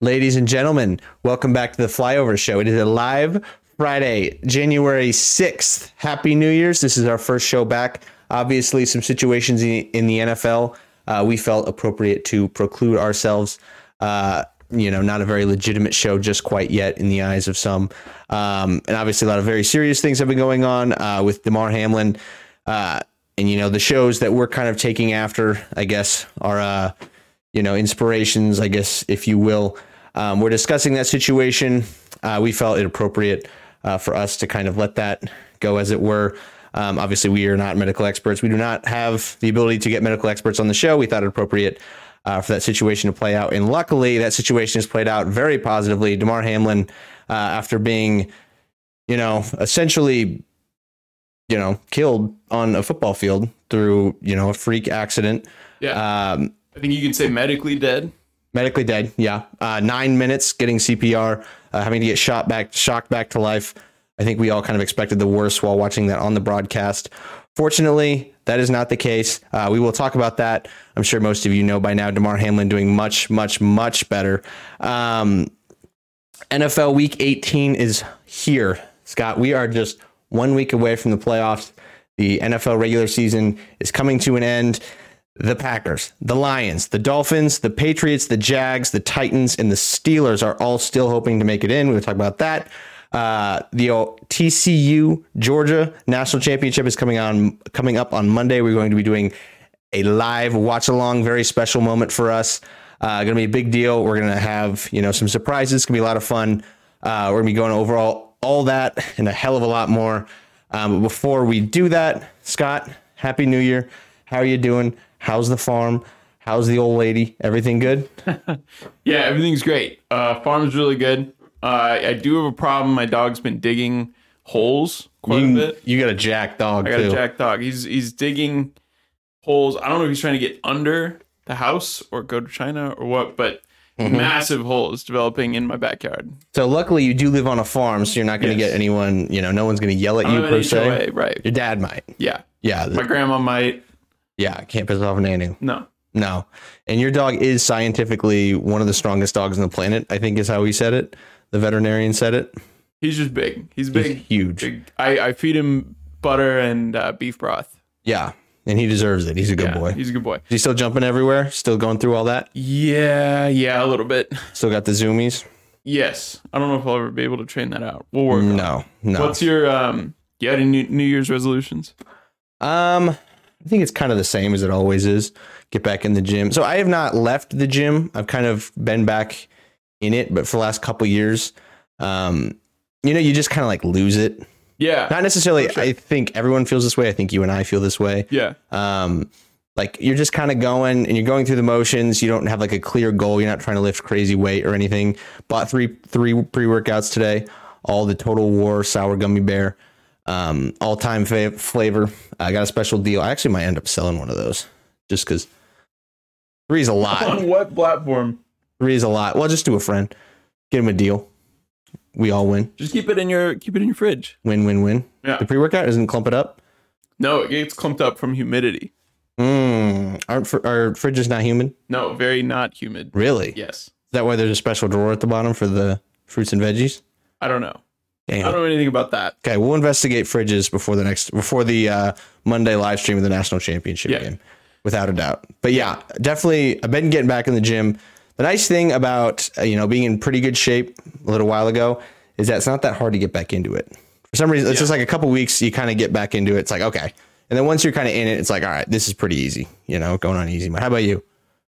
Ladies and gentlemen, welcome back to the Flyover Show. It is a live Friday, January 6th. Happy New Year's. This is our first show back. Obviously, some situations in, in the NFL uh, we felt appropriate to preclude ourselves. Uh, you know, not a very legitimate show just quite yet in the eyes of some. Um, and obviously, a lot of very serious things have been going on uh, with DeMar Hamlin. Uh, and, you know, the shows that we're kind of taking after, I guess, are, uh, you know, inspirations, I guess, if you will. Um, we're discussing that situation. Uh, we felt it appropriate uh, for us to kind of let that go, as it were. Um, obviously, we are not medical experts. We do not have the ability to get medical experts on the show. We thought it appropriate uh, for that situation to play out. And luckily, that situation has played out very positively. DeMar Hamlin, uh, after being, you know, essentially, you know, killed on a football field through, you know, a freak accident, Yeah, um, I think you can say medically dead. medically dead. Yeah, uh, nine minutes getting CPR, uh, having to get shot back, shocked back to life. I think we all kind of expected the worst while watching that on the broadcast. Fortunately, that is not the case. Uh, we will talk about that. I'm sure most of you know by now. Demar Hamlin doing much, much, much better. Um, NFL Week 18 is here, Scott. We are just one week away from the playoffs. The NFL regular season is coming to an end the Packers, the Lions, the Dolphins, the Patriots, the Jags, the Titans, and the Steelers are all still hoping to make it in. We'll talk about that. Uh, the old TCU Georgia National Championship is coming on coming up on Monday. We're going to be doing a live watch along, very special moment for us. Uh, going to be a big deal. We're going to have you know some surprises. It's going to be a lot of fun. Uh, we're going to be going over all, all that and a hell of a lot more. Um, but before we do that, Scott, Happy New Year. How are you doing? How's the farm? How's the old lady? Everything good? Yeah, everything's great. Uh, farm's really good. Uh, I do have a problem. My dog's been digging holes quite a You, bit. you got a jack dog I got too. a jack dog. He's he's digging holes. I don't know if he's trying to get under the house or go to China or what, but Mm-hmm. massive holes developing in my backyard. So luckily, you do live on a farm, so you're not going to Yes. get anyone. You know, no one's going to yell at you I'm per an se. HOA, right? Your dad might. Yeah, Yeah, my grandma might. yeah. Can't piss off Nanu. No, No, and your dog is scientifically one of the strongest dogs on the planet. I think is how he said it. The veterinarian said it. he's just big. He's He's big. huge. big. I I feed him butter and uh, beef broth. Yeah, and he deserves it. He's a good Yeah, boy. Is He's a good boy. he still jumping everywhere? Still going through all that? Yeah, yeah, a little bit. Still got the zoomies? Yes. I don't know if I'll ever be able to train that out. We'll work. on it. No, no. What's your um? You had any New New Year's resolutions? Um, I think it's kind of the same as it always is. Get back in the gym. So I have not left the gym. I've kind of been back in it, but for the last couple years, um, you know, you just kind of like lose it. Yeah. Not necessarily. For sure. I think everyone feels this way. I think you and I feel this way. yeah. Um, like you're just kind of going and you're going through the motions. You don't have like a clear goal. You're not trying to lift crazy weight or anything. Bought three three pre workouts today. All the Total War sour gummy bear, um, all time fav- flavor. I got a special deal. I actually might end up selling one of those just because three is a lot. On what platform? Three is a lot. Well, just do a friend, get him a deal. We all win. Just keep it in your keep it in your fridge. Win win win. Yeah. The pre workout doesn't clump it up. No, it gets clumped up from humidity. Mm, aren't fr- our fridge is not human. No, very not humid. Really? Yes. Is that why there's a special drawer at the bottom for the fruits and veggies? I don't know. I Damn. don't know anything about that. Okay, we'll investigate fridges before the next before the uh, Monday live stream of the national championship Yeah. game, without a doubt. But yeah, definitely, I've been getting back in the gym. The nice thing about uh, you know being in pretty good shape a little while ago is that it's not that hard to get back into it. For some reason, it's just like a couple weeks you kind of get back into it. It's like okay, and then once you're kind of in it, it's like all right, this is pretty easy. You know, going on easy. How about you?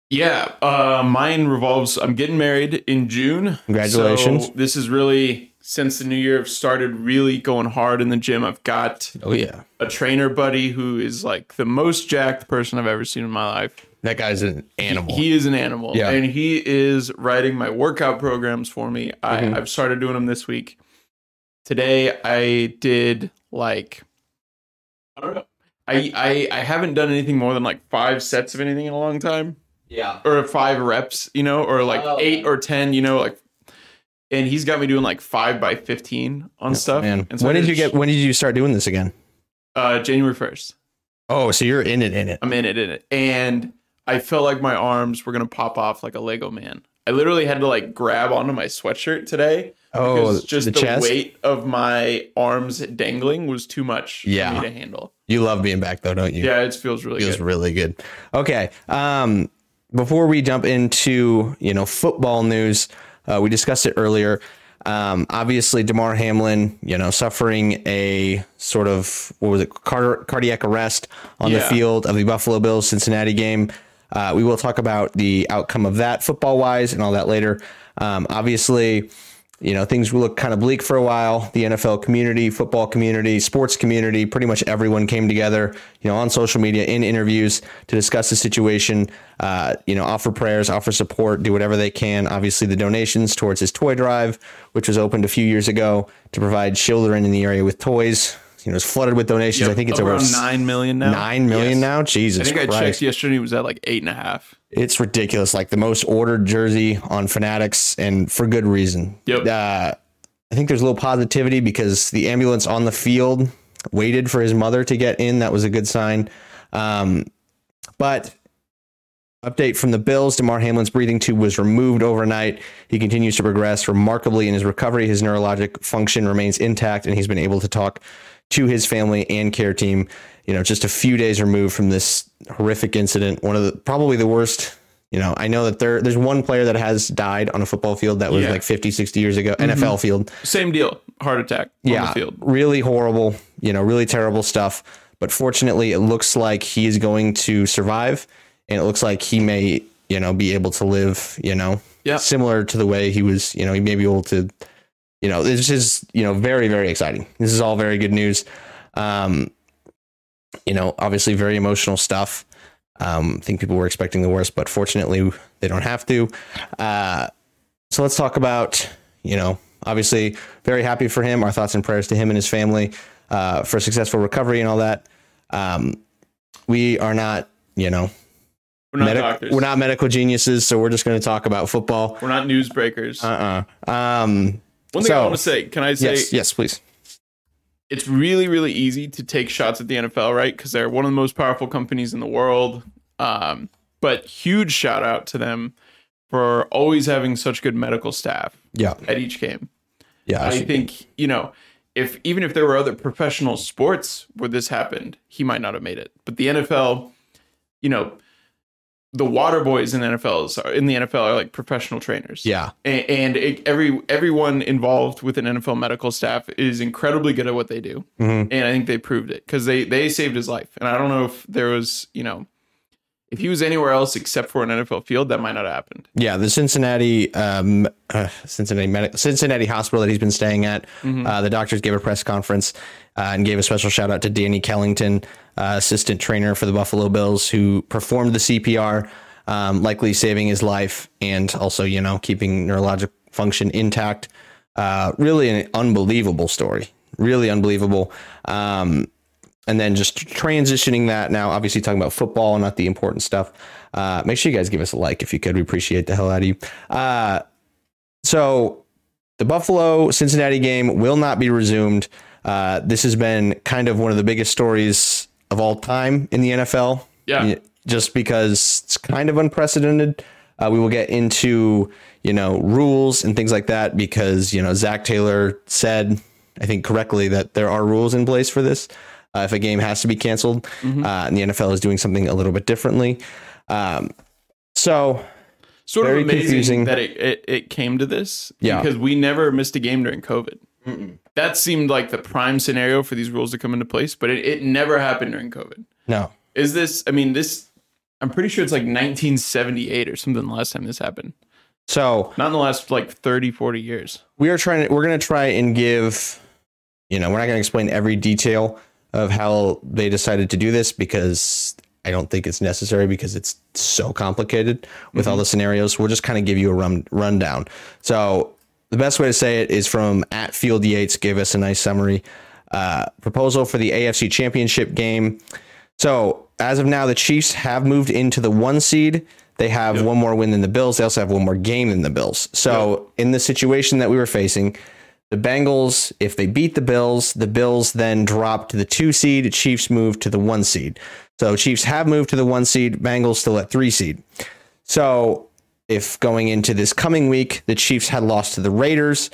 Yeah, uh, mine revolves. I'm getting married in June. Congratulations. So this is really since the new year. I've started really going hard in the gym. I've got Oh yeah, a trainer buddy who is like the most jacked person I've ever seen in my life. that guy's an animal. He is an animal, Yeah. and he is writing my workout programs for me. I, Mhm. I've started doing them this week. Today I did like I don't know. I, I I haven't done anything more than like five sets of anything in a long time, yeah. or five reps, you know, or like Oh. eight or ten, you know, like. And he's got me doing like five by fifteen on stuff. Oh, Man, And so I when did you just- get? When did you start doing this again? uh, January first? Oh, so you're in it, in it. I'm in it, in it. And I felt like my arms were gonna pop off like a Lego man. I literally had to like grab onto my sweatshirt today Oh, just the, the chest. weight of my arms dangling was too much Yeah. for me to handle. You love being back though, don't you? Yeah, it feels really feels good. really good. Okay. Um, before we jump into you know football news, uh, we discussed it earlier. Um, obviously, Demar Hamlin, you know, suffering a sort of what was it, car- cardiac arrest on the Yeah. field of the Buffalo Bills Cincinnati game. Uh, we will talk about the outcome of that football wise and all that later. Um, obviously, you know, things looked kind of bleak for a while. The NFL community, football community, sports community, pretty much everyone came together, you know, on social media, in interviews to discuss the situation, uh, you know, offer prayers, offer support, do whatever they can. Obviously, the donations towards his toy drive, which was opened a few years ago to provide children in the area with toys, you know, it's flooded with donations. Yep, I think it's up over around nine million now. 9 million Yes. now. I Jesus think I Christ. checked yesterday. It was at like eight and a half. It's ridiculous. Like the most ordered jersey on Fanatics, and for good reason. Yep. Uh, I think there's a little positivity because the ambulance on the field waited for his mother to get in. That was a good sign. Um, but update from the Bills: Demar Hamlin's breathing tube was removed overnight. He continues to progress remarkably in his recovery. His neurologic function remains intact, and he's been able to talk to his family and care team. You know, just a few days removed from this horrific incident, one of the probably the worst. You know, I know that there there's one player that has died on a football field that was Yeah. like 50, 60 years ago, NFL field Same deal. Heart attack on the field. really horrible, you know, really terrible stuff. But fortunately, it looks like he is going to survive, and it looks like he may, you know, be able to live, you know, Yeah. similar to the way he was, you know, he may be able to, you know, this is, you know, very very exciting. This is all very good news. Um, you know, obviously very emotional stuff. Um, I think people were expecting the worst, but fortunately they don't have to. Uh, so let's talk about, you know, obviously very happy for him. Our thoughts and prayers to him and his family uh, for successful recovery and all that. Um, we are not, you know, We're not medic- doctors. we're not medical geniuses, so we're just going to talk about football. We're not newsbreakers. Uh uh Um, One thing I so- want to say. Can I say? yes, yes, please. it's really really easy to take shots at the NFL, right? Because they're one of the most powerful companies in the world. Um, but huge shout out to them for always having such good medical staff Yeah, at each game. yeah, I think you know if even if there were other professional sports where this happened, he might not have made it. But the NFL, you know, the water boys in NFLs are in the NFL are like professional trainers. yeah, A- and, it, every everyone involved with an NFL medical staff is incredibly good at what they do, Mhm. and I think they proved it because they they saved his life. And I don't know if there was you know if he was anywhere else except for an NFL field, that might not have happened. yeah. The Cincinnati, um, uh, Cincinnati, Medi- Cincinnati hospital that he's been staying at. Uh, the doctors gave a press conference uh, and gave a special shout out to Danny Kellington, uh, assistant trainer for the Buffalo Bills, who performed the CPR, um, likely saving his life and also, you know, keeping neurologic function intact. Uh, really an unbelievable story. Really unbelievable. Um, and then just transitioning that now, obviously talking about football, not the important stuff. Uh, make sure you guys give us a like if you could. We appreciate the hell out of you. Uh, so the Buffalo Cincinnati game will not be resumed. Uh, this has been kind of one of the biggest stories of all time in the NFL. Yeah. Y- Just because it's kind of unprecedented. Uh, we will get into, you know, rules and things like that because, you know, Zach Taylor said, I think correctly, that there are rules in place for this. Uh, if a game has to be canceled, uh, and the NFL is doing something a little bit differently. Um, so, Sort Very of amazing confusing. that it, it it came to this, Yeah. because we never missed a game during COVID. That seemed like the prime scenario for these rules to come into place, but it, it never happened during COVID. no. Is this? I mean, this. I'm pretty sure it's like 1978 or something. The last time this happened. So, Not in the last like 30, 40 years. we are trying to we're going to try and give you know we're not going to explain every detail of how they decided to do this because i don't think it's necessary because it's so complicated with all the scenarios we'll just kind of give you a run rundown so the best way to say it is from at field yates gave us a nice summary uh, proposal for the afc championship game so as of now, the Chiefs have moved into the one seed. They have one more win than the Bills. They also have one more game than the Bills. So in the situation that we were facing, the Bengals, if they beat the Bills, the Bills then drop to the two seed. Chiefs move to the one seed. So Chiefs have moved to the one seed. Bengals still at three seed. So if going into this coming week the Chiefs had lost to the Raiders,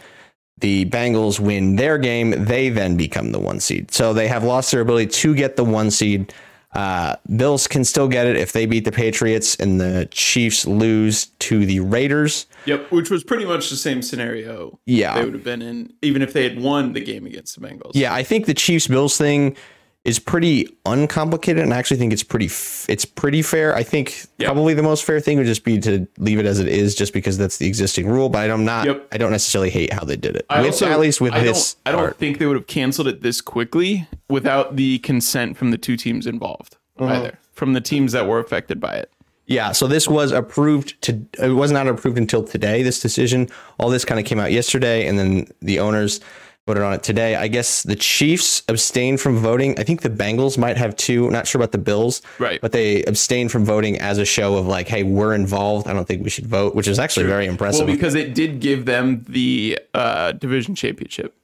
the Bengals win their game, they then become the one seed. So they have lost their ability to get the one seed. Uh, Bills can still get it if they beat the Patriots and the Chiefs lose to the Raiders. Yep, which was pretty much the same scenario Yeah. they would have been in, even if they had won the game against the Bengals. Yeah, I think the Chiefs Bills thing is pretty uncomplicated, and I actually think it's pretty f- it's pretty fair. I think Yeah. probably the most fair thing would just be to leave it as it is, just because that's the existing rule. But I'm not Yep. I don't necessarily hate how they did it. I With- also- at least with I this, Don't, I don't part. think they would have canceled it this quickly without the consent from the two teams involved Uh-huh. either, from the teams that were affected by it. Yeah, so this was approved to it was not approved until today this decision. All this kind of came out yesterday and then the owners voted on it today. I guess the Chiefs abstained from voting. I think the Bengals might have two, not sure about the Bills. Right. But they abstained from voting as a show of like, hey, we're involved. I don't think we should vote, which is actually very Well, impressive. Well, because it did give them the uh, division championship.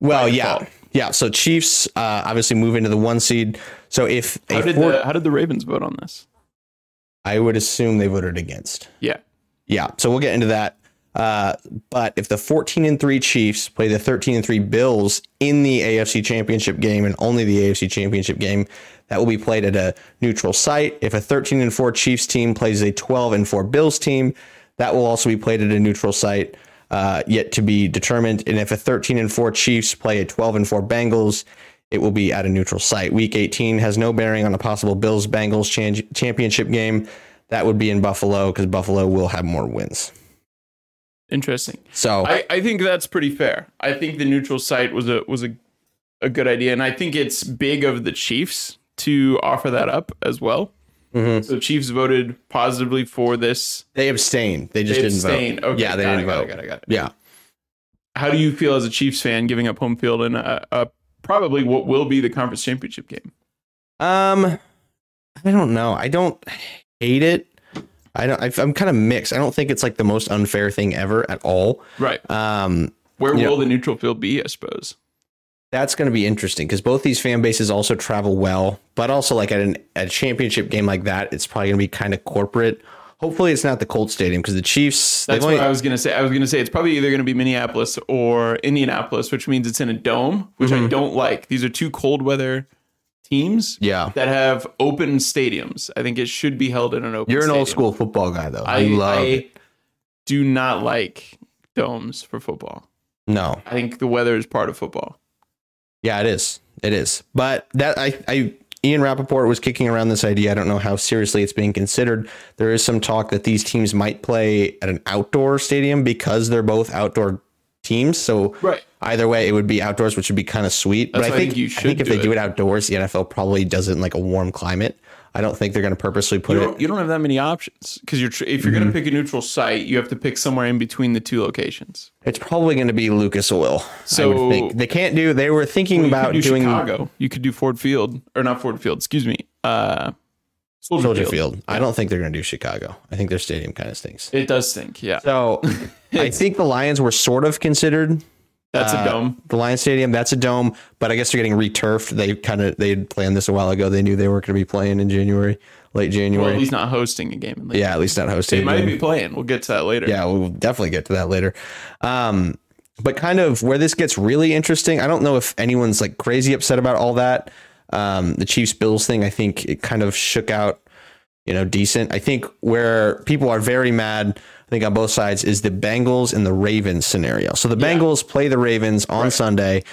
yeah. default. Yeah, so Chiefs uh, obviously move into the one seed. So if How a did four- the How did the Ravens vote on this? I would assume they voted against. Yeah, Yeah, so we'll get into that. Uh, but if the 14 and 3 Chiefs play the 13 and 3 Bills in the AFC Championship game and only the AFC Championship game, that will be played at a neutral site. If a 13 and 4 Chiefs team plays a 12 and 4 Bills team, that will also be played at a neutral site, uh, yet to be determined. And if a 13 and 4 Chiefs play a 12 and 4 Bengals, it will be at a neutral site. Week 18 has no bearing on a possible Bills Bengals chan- championship game. That would be in Buffalo because Buffalo will have more wins. interesting. So I, I think that's pretty fair. I think the neutral site was a was a a good idea, and I think it's big of the Chiefs to offer that up as well. Mhm. So Chiefs voted positively for this. they abstained. They just They didn't abstained. vote. Okay, yeah, they got it, didn't got it, vote. got it, got it. Yeah. How do you feel as a Chiefs fan giving up home field in a, a probably what will be the conference championship game? Um, I don't know. I don't hate it. I don't. I've, I'm kind of mixed. I don't think it's like the most unfair thing ever at all. Right. Um, Where Yeah. will the neutral field be? I suppose. that's going to be interesting because both these fan bases also travel well, but also like at an at a championship game like that, it's probably going to be kind of corporate. Hopefully, it's not the Colt Stadium because the Chiefs. That's they've only- what I was gonna say. I was gonna say it's probably either gonna be Minneapolis or Indianapolis, which means it's in a dome, which I don't like. These are two cold weather teams Mm-hmm. yeah, that have open stadiums. I think it should be held in an open. you're an old school stadium. football guy though. I, I, love. I it. do not like domes for football. No, I think the weather is part of football. Yeah, it is. It is. But that I, I Ian Rappaport was kicking around this idea. I don't know how seriously it's being considered. There is some talk that these teams might play at an outdoor stadium because they're both outdoor teams. So Right. either way, it would be outdoors, which would be kind of sweet. That's but why I think, you should I think if do they do it. it outdoors, the NFL probably does it in like a warm climate. I don't think they're going to purposely put You it. don't, you don't have that many options because you're tr- if you're Mm-hmm. gonna pick a neutral site, you have to pick somewhere in between the two locations. It's probably going to be Lucas Oil. I So- would think. they can't do. They were thinking You about could do doing Chicago. You could do Ford Field or not Ford Field. Excuse me. Uh, Soldier, Soldier Field. Field. I don't think they're going to do Chicago. I think their stadium kind of stinks. It does stink. Yeah, So I think the Lions were sort of considered that's uh, a dome. The Lions Stadium, that's a dome, but I guess they're getting returfed. They kind of they had planned this a while ago. They knew they weren't going to be playing in January, late Well, at January. least not hosting a game. In the yeah, at least not hosting. They a might game. be playing. We'll get to that later. Yeah, we'll definitely get to that later. Um, but kind of where this gets really interesting, I don't know if anyone's like crazy upset about all that. Um, the Chiefs Bills thing, I think it kind of shook out, you know, decent. I think where people are very mad, I think on both sides, is the Bengals and the Ravens scenario. So the Yeah. Bengals play the Ravens on Sunday,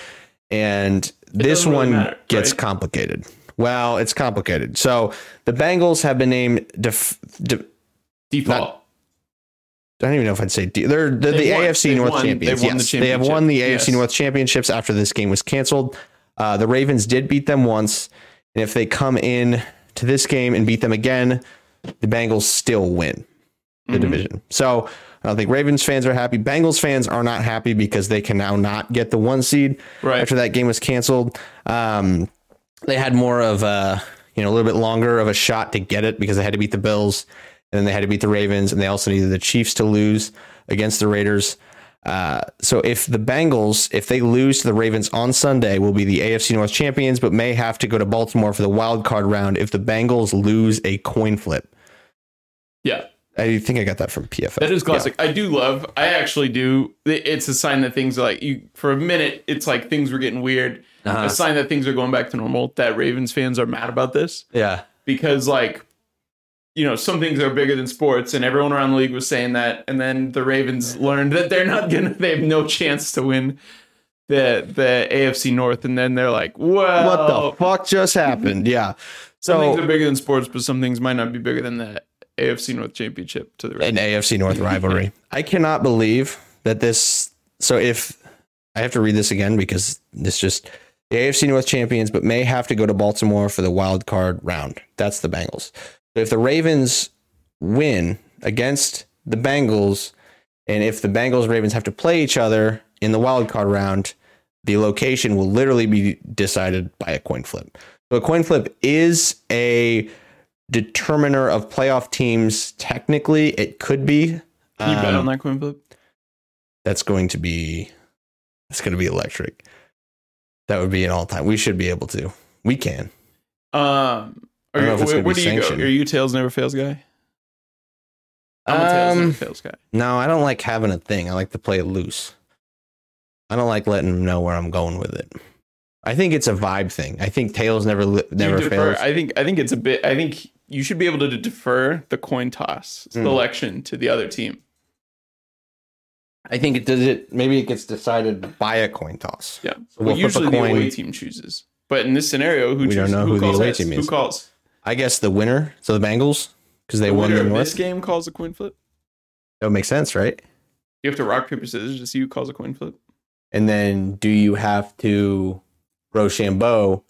and this doesn't really one matter, gets right? complicated. Well, it's complicated. So the Bengals have been named def- de- Default. I don't even know if I'd say de- they're, they're the They've won- AFC they've North won- champions. they've won the yes, they have won the AFC championship. Yes. North championships after this game was canceled. Uh, the Ravens did beat them once, and if they come in to this game and beat them again, the Bengals still win the Mm-hmm. division. So I don't think Ravens fans are happy. Bengals fans are not happy because they can now not get the one seed Right. after that game was canceled. Um, they had more of a you know a little bit longer of a shot to get it because they had to beat the Bills and then they had to beat the Ravens and they also needed the Chiefs to lose against the Raiders. Uh, so if the Bengals, if they lose to the Ravens on Sunday, will be the AFC North champions, but may have to go to Baltimore for the wild card round if the Bengals lose a coin flip. Yeah. I think I got that from PFF. That is classic. I do love. I actually do. It's a sign that things are like you for a minute. It's like things were getting weird. Uh-huh. A sign that things are going back to normal. That Ravens fans are mad about this Yeah. because like you know some things are bigger than sports, and everyone around the league was saying that, and then the Ravens learned that they're not gonna. They have no chance to win the the AFC North, and then they're like, well, What the fuck just happened? Yeah. Some things are So bigger than sports, but some things might not be bigger than the AFC North Championship to the Ravens. an AFC North rivalry. I cannot believe that this. So if I have to read this again because this just the AFC North champions, but may have to go to Baltimore for the wild card round. That's the Bengals. If the Ravens win against the Bengals, and if the Bengals and Ravens have to play each other in the wild card round, the location will literally be decided by a coin flip. So a coin flip is a determiner of playoff teams. Technically, it could be. Can you bet Um, on that coin flip? that's going to be that's going to be electric. That would be an all time. We should be able to. We can. I Um, are don't you, know if it's where, gonna where be do you go? sanctioned. Are you tails never fails guy? I'm a tails Um, never fails guy. No, I don't like having a thing. I like to play it loose. I don't like letting them know where I'm going with it. I think it's a vibe thing. I think tails never li- never You defer, fails. I think I think it's a bit. I think you should be able to defer the coin toss Mm. selection to the other team. I think it does it. Maybe it gets decided by a coin toss. Yeah. we'll flip well, a usually the coin. away team chooses, but in this scenario, who We don't chooses? know who the calls away heads? team is. Who calls? I guess the winner, so the Bengals, because they the won winner the of North. This game calls a coin flip. That would make sense, right? You have to rock paper scissors to see who calls a coin flip. And then do you have to Rochambeau?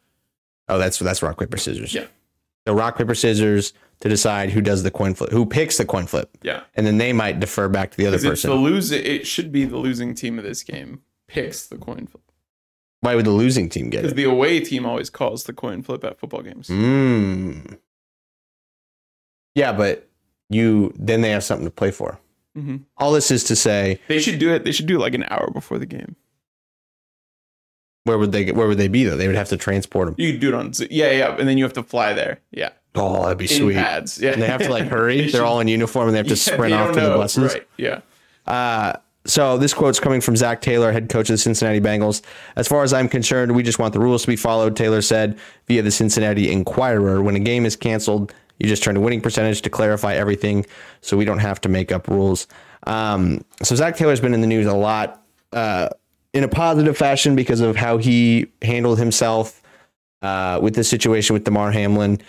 Oh, that's that's rock paper scissors. Yeah. So rock paper scissors to decide who does the coin flip, who picks the coin flip, Yeah, and then they might defer back to the other 'Cause it's person. the lose. It should be the losing team of this game picks the coin flip Why would the losing team get because it? the away team always calls the coin flip at football games. Mm. Yeah, but you then they have something to play for. hmm All this is to say, They should do it. They should do it like an hour before the game. where would they where would they be though? They would have to transport them. You could do it on Zo- yeah, yeah, and then you have to fly there. Yeah, Oh, that'd be in sweet. pads. Yeah, And they have to like hurry. They're all in uniform and they have to sprint off to the buses. Right. Yeah. Uh, so this quote's coming from Zach Taylor, head coach of the Cincinnati Bengals. As far as I'm concerned, we just want the rules to be followed, Taylor said via the Cincinnati Inquirer. When a game is canceled, you just turn to winning percentage to clarify everything so we don't have to make up rules. Um, so Zach Taylor's been in the news a lot uh, in a positive fashion because of how he handled himself uh, with this situation with DeMar Hamlin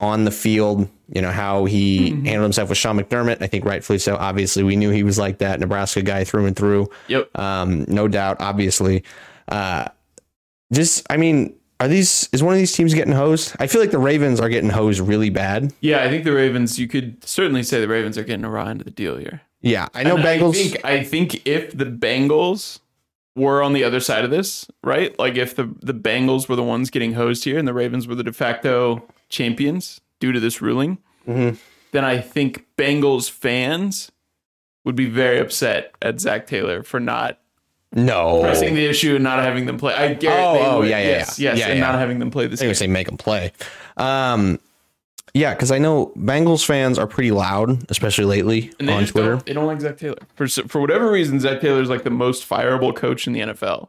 on the field, you know, how he Mm-hmm. handled himself with Sean McDermott. I think rightfully so. Obviously, we knew he was like that Nebraska guy through and through. Yep. Um, no doubt, obviously. Uh, just, I mean, are these, is one of these teams getting hosed? I feel like the Ravens are getting hosed really bad. Yeah, I think the Ravens. You could certainly say the Ravens are getting a raw end of the deal here. Yeah. I know And I Oh, Bengals. think, I think if the Bengals were on the other side of this, right? Like if the the Bengals were the ones getting hosed here, and the Ravens were the de facto champions due to this ruling, Mhm. then I think Bengals fans would be very upset at Zach Taylor for not no. I pressing think the issue and not having them play. I Oh, guarantee. oh, yeah, yeah, yes, yeah. yes, Yeah, and yeah. not having them play this they game. would say make them play. Um, yeah, because I know Bengals fans are pretty loud, especially lately And they on just Twitter. don't. They don't like Zach Taylor for s- for whatever reason. Zach Taylor is like the most fireable coach in the NFL,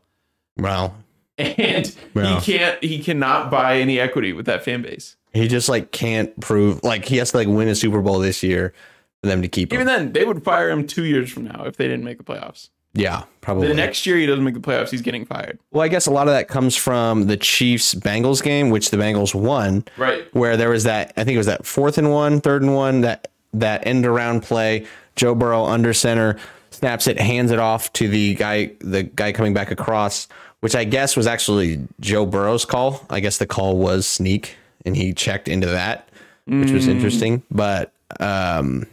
Wow. and Yeah. he can't. He cannot buy any equity with that fan base. He just like can't prove like he has to like win a Super Bowl this year for them to keep him. Even then, they would fire him two years from now if they didn't make the playoffs. yeah, probably. The next year he doesn't make the playoffs, he's getting fired. well, I guess a lot of that comes from the Chiefs Bengals game, which the Bengals won, Right. where there was that I think it was that fourth and one, third and one, that that end around play. Joe Burrow under center snaps it, hands it off to the guy the guy coming back across, which I guess was actually Joe Burrow's call. I guess the call was sneak, and he checked into that, which Mm. was interesting. But um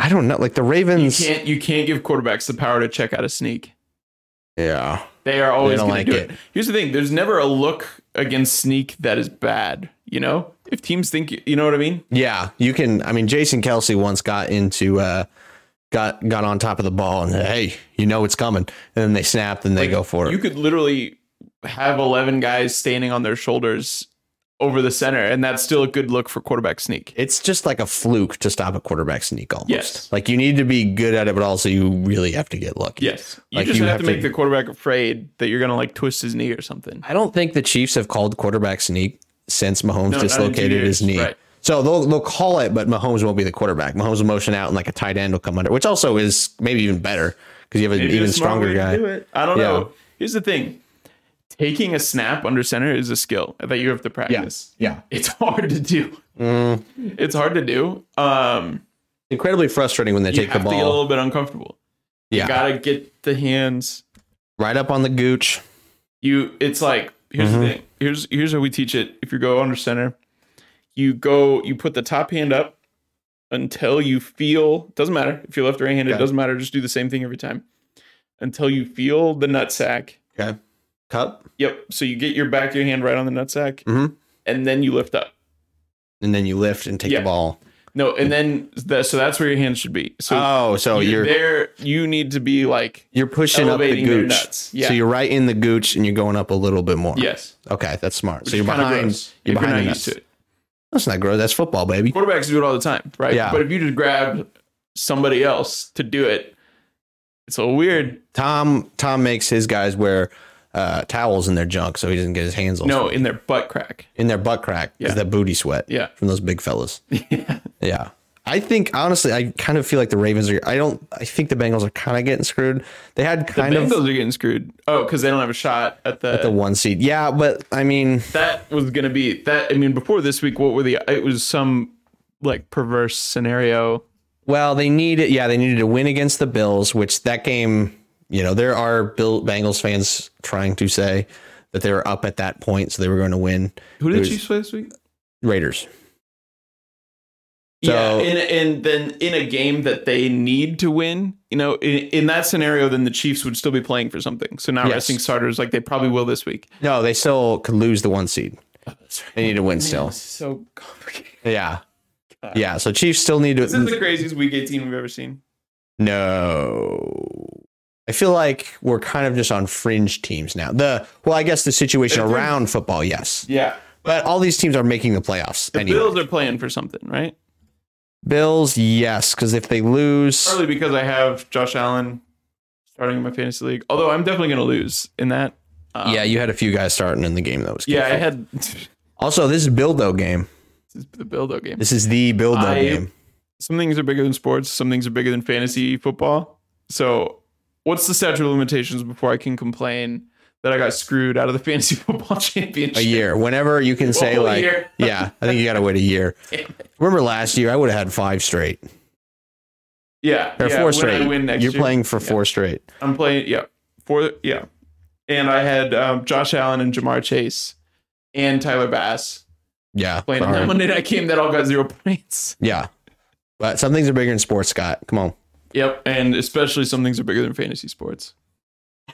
I don't know, like the You Ravens. can't. You can't give quarterbacks the power to check out a sneak. Yeah. They are always don't going like to do it. it. Here's the thing: there's never a look against sneak that is bad. You know, if teams think you know what I mean. Yeah, you can. I mean, Jason Kelsey once got into uh, got got on top of the ball and hey, you know it's coming, and then they snapped and they go for it. You could literally have 11 guys standing on their shoulders over the center, and that's still a good look for quarterback sneak. It's just like a fluke to stop a quarterback sneak almost. Yes. Like you need to be good at it, but also you really have to get lucky. Yes, you Like, just you have, have to to- make the quarterback afraid that you're gonna like twist his knee or something. I don't think the Chiefs have called quarterback sneak since Mahomes No, not in two dislocated his years, knee. right. So they'll they'll call it, but Mahomes won't be the quarterback. Mahomes will motion out and like a tight end will come under, which also is maybe even better because you have an Maybe even a smart stronger way to guy. do it. I don't Yeah. know. Here's the thing: taking a snap under center is a skill that you have to practice. Yeah. Mm. It's hard to do. It's hard to do. Um, Incredibly frustrating when they you take the have to get a ball little bit uncomfortable. Yeah. You gotta get the hands. right up on the gooch. You it's like here's Mm-hmm. the thing. Here's here's how we teach it. If you go under center, you go you put the top hand up until you feel doesn't matter if you're left or right handed, Okay. doesn't matter, just do the same thing every time. Until you feel the nutsack. Okay. Cup. Yep. So you get your back of your hand right on the nutsack Mhm. and then you lift up. And then you lift and take Yeah. the ball. No, and then the, so that's where your hands should be. So oh, so you're you're there you need to be like you're pushing up the elevating their gooch. nuts. Yeah. So you're right in the gooch and you're going up a little bit more. yes. Okay, that's smart. Which so you're is kinda behind. gross You're if you're behind not the used nuts. to it. That's not gross. That's football, baby. Quarterbacks do it all the time, right? Yeah. But if you just grab somebody else to do it, it's a little weird. Tom Tom makes his guys wear uh, towels in their junk so he doesn't get his hands all No, sweaty. in their butt crack. in their butt crack is Yeah. that booty sweat Yeah. from those big fellas. yeah. I think honestly, I kind of feel like the Ravens are. I don't. I think the Bengals are kind of getting screwed. They had kind Bengals of are getting screwed. Oh, because they don't have a shot at the, the one seed. Yeah, but I mean, that was gonna be that I mean before this week, what were the it was some like perverse scenario. Well, they needed, yeah, they needed to win against the Bills, which that game, you know, there are Bill Bengals fans trying to say that they were up at that point, so they were going to win. Who It did the was Chiefs play this week? Raiders. So- yeah, and, and then in a game that they need to win, you know, in, in that scenario, then the Chiefs would still be playing for something. So not Yes. resting starters like they probably will this week. No, they still could lose the one seed. They need to win still. so complicated. Yeah. Yeah. So Chiefs still need This is to. the craziest week 18 we've ever seen. No. I feel like we're kind of just on fringe teams now. The well, I guess the situation They're- around football, yes, Yeah. but all these teams are making the playoffs. The anyway. Bills are playing for something, right? Bills, yes, because if they lose, Partly because I have Josh Allen starting in my fantasy league. Although I'm definitely going to lose in that. Um, yeah, you had a few guys starting in the game that was. Yeah, I canceled. had this Also, this is Bildo game. is the Bildo game. This is the Bildo I- game. some things are bigger than sports, some things are bigger than fantasy football. So, what's the statute of limitations before I can complain that I got screwed out of the fantasy Oh, football championship? A year. Whenever you can say whole like, year. yeah, I think you got to wait a year. Damn Remember last year, I would have had five straight Yeah, or yeah, four when straight. I win next You're year. playing for four straight. I'm playing. Yeah, four. Yeah, and I had um, Josh Allen and Jamar Chase and Tyler Bass Yeah, playing on sorry. that Monday night game that all got zero points. yeah. But some things are bigger in sports, Scott. Come on. Yep, and especially some things are bigger than fantasy sports.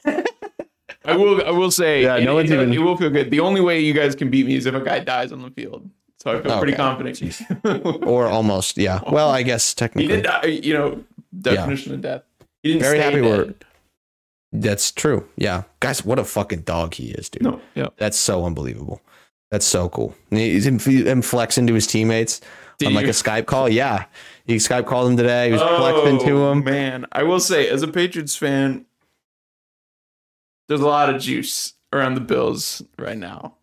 I will. I will say. Yeah, it- no one's it, even- It will feel good. The only way you guys can beat me is if a guy dies on the field. So I feel pretty Oh, Okay. confident. Or almost. Yeah. Well, I guess he did technically die. You know, definition of death. He didn't Very stay happy dead. we're- that's true. Yeah, guys, what a fucking dog he is, dude. No. Yeah. That's so unbelievable. That's so cool. And He's him, him flexing to his teammates Did on like you- a Skype call. Yeah, he Skype called him today. He was flexing to Oh, him. Man, I will say, as a Patriots fan, there's a lot of juice around the Bills right now.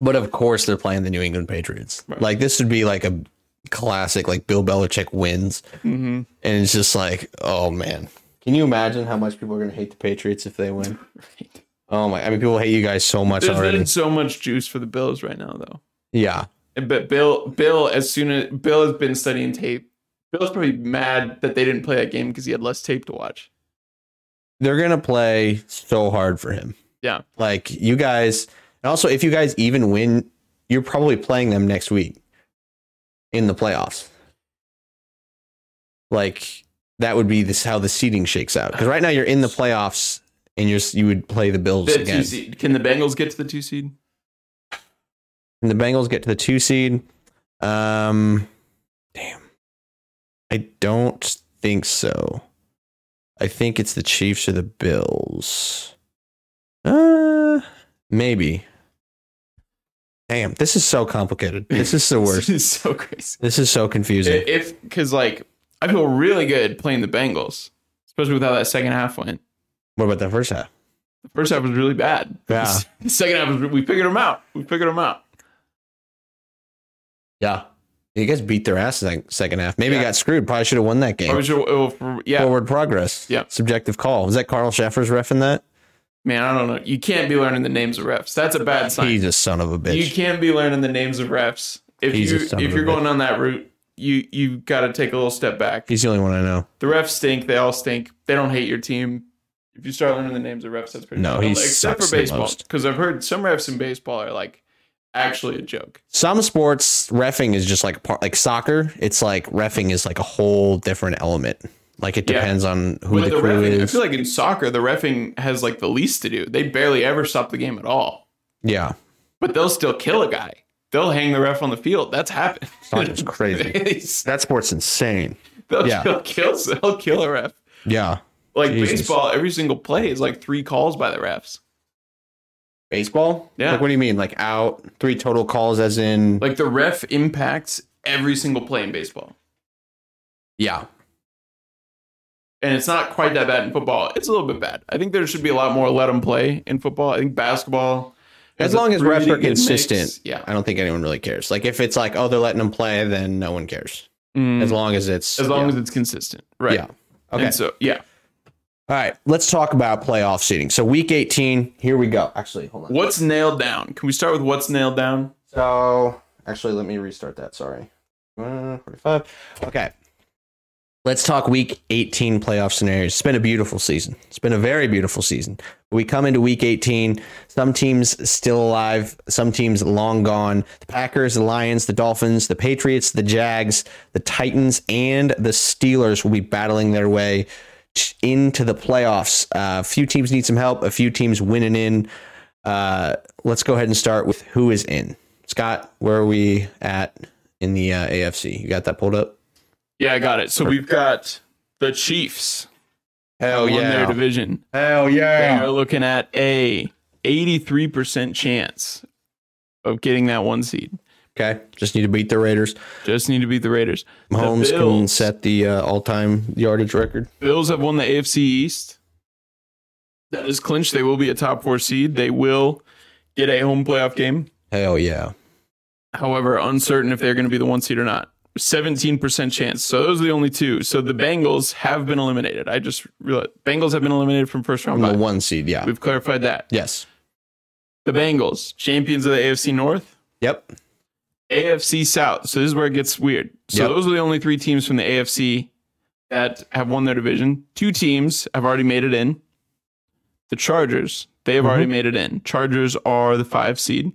But of course, they're playing the New England Patriots. Right. Like this would be like a classic, like Bill Belichick wins, Mm-hmm. and it's just like, oh man, can you imagine how much people are gonna hate the Patriots if they win? Oh my, I mean, people hate you guys so much There's already. been so much juice for the Bills right now, though. Yeah, But Bill, Bill, as soon as Bill has been studying tape, Bill's probably mad that they didn't play that game because he had less tape to watch. they're gonna play so hard for him. Yeah. Like you guys, and also if you guys even win, you're probably playing them next week in the playoffs. Like that would be this how the seeding shakes out because right now you're in the playoffs and you're you would play the Bills The two again. seed. Can the Bengals get to the two seed? And the Bengals get to the two seed. Um, damn, I don't think so. I think it's the Chiefs or the Bills. Uh, maybe. Damn, this is so complicated. This is the worst. This is so crazy. This is so confusing. If because like I feel really good playing the Bengals, especially with how that second half went. What about that first half? The first half was really bad. Yeah. The second half was we figured them out. We figured them out. Yeah. You guys beat their ass in that second half. Maybe Yeah. got screwed. Probably should have won that I game. was sure- oh, for- yeah, Forward progress. Yeah. Subjective call. Was that Carl Sheffer's ref in that? man, I don't know. You can't be learning the names of refs. That's a bad sign. He's a son of a You bitch. can't be learning the names of refs. If He's a you son if of a you're bitch. going on that route, you you got to take a little step back. He's the only one I know. The refs stink. They all stink. They don't hate your team. If you start learning the names of refs, that's pretty. No, cool. he except sucks for the baseball, most. because I've heard some refs in baseball are like actually a joke. Some sports refing is just like part like soccer. It's like refing is like a whole different element. Like it Yeah. depends on who but the, the, crew refing, I is. feel like in soccer, the refing has like the least to do. They barely ever stop the game at all, yeah. but they'll still kill a guy. They'll hang the ref on the field. That's happened. Soccer's crazy. They- That sport's insane. they'll, Yeah. they'll kill. They'll kill a ref. Yeah. Like Jesus. baseball, every single play is like three calls by the refs. Baseball? Yeah. Like what do you mean? Like out, three total calls as in Like the ref impacts every single play in baseball. Yeah. And it's not quite that bad in football. It's a little bit bad. I think there should be a lot more let them play in football. I think basketball. As has a long as refs pretty are good mix. consistent. Yeah. I don't think anyone really cares. Like if it's like, oh, they're letting them play, then no one cares. Mm. As long as it's as long yeah. as it's consistent. Right. Yeah. Okay. And so, yeah. All right. Let's talk about playoff seating. So week 18, here we go. Actually, hold on. What's nailed down? Can we start with what's nailed down? So, actually, let me restart that. Sorry. Uh, 45. Okay. Let's talk week 18 playoff scenarios. It's been a beautiful season. It's been a very beautiful season. We come into week 18. Some teams still alive, some teams long gone. The Packers, the Lions, the Dolphins, the Patriots, the Jags, the Titans, and the Steelers will be battling their way t- into the playoffs. Uh, a few teams need some help, a few teams winning in. Uh, let's go ahead and start with who is in. Scott, where are we at in the uh, AFC? You got that pulled up? Yeah, I got it. So we've got the Chiefs. Hell won their division. Hell They are yeah. looking at a 83% chance of getting that one seed. Okay, just need to beat the Raiders. Just need to beat the Raiders. The Mahomes can Bills. set the uh, all-time yardage record. Bills have won the AFC East. That is clinched. They will be a top four seed. They will get a home playoff game. Hell yeah. However, uncertain if they're going to be the one seed or not. 17% chance. So those are the only two. So the Bengals have been eliminated. I just realized Bengals have been eliminated from first round. From the Bye. one seed, yeah. We've clarified that. Yes. The Bengals, champions of the AFC North. Yep. AFC South. So this is where it gets weird. So Yep. those are the only three teams from the AFC that have won their division. Two teams have already made it in. The Chargers, they have already made it in. Chargers are the five seed.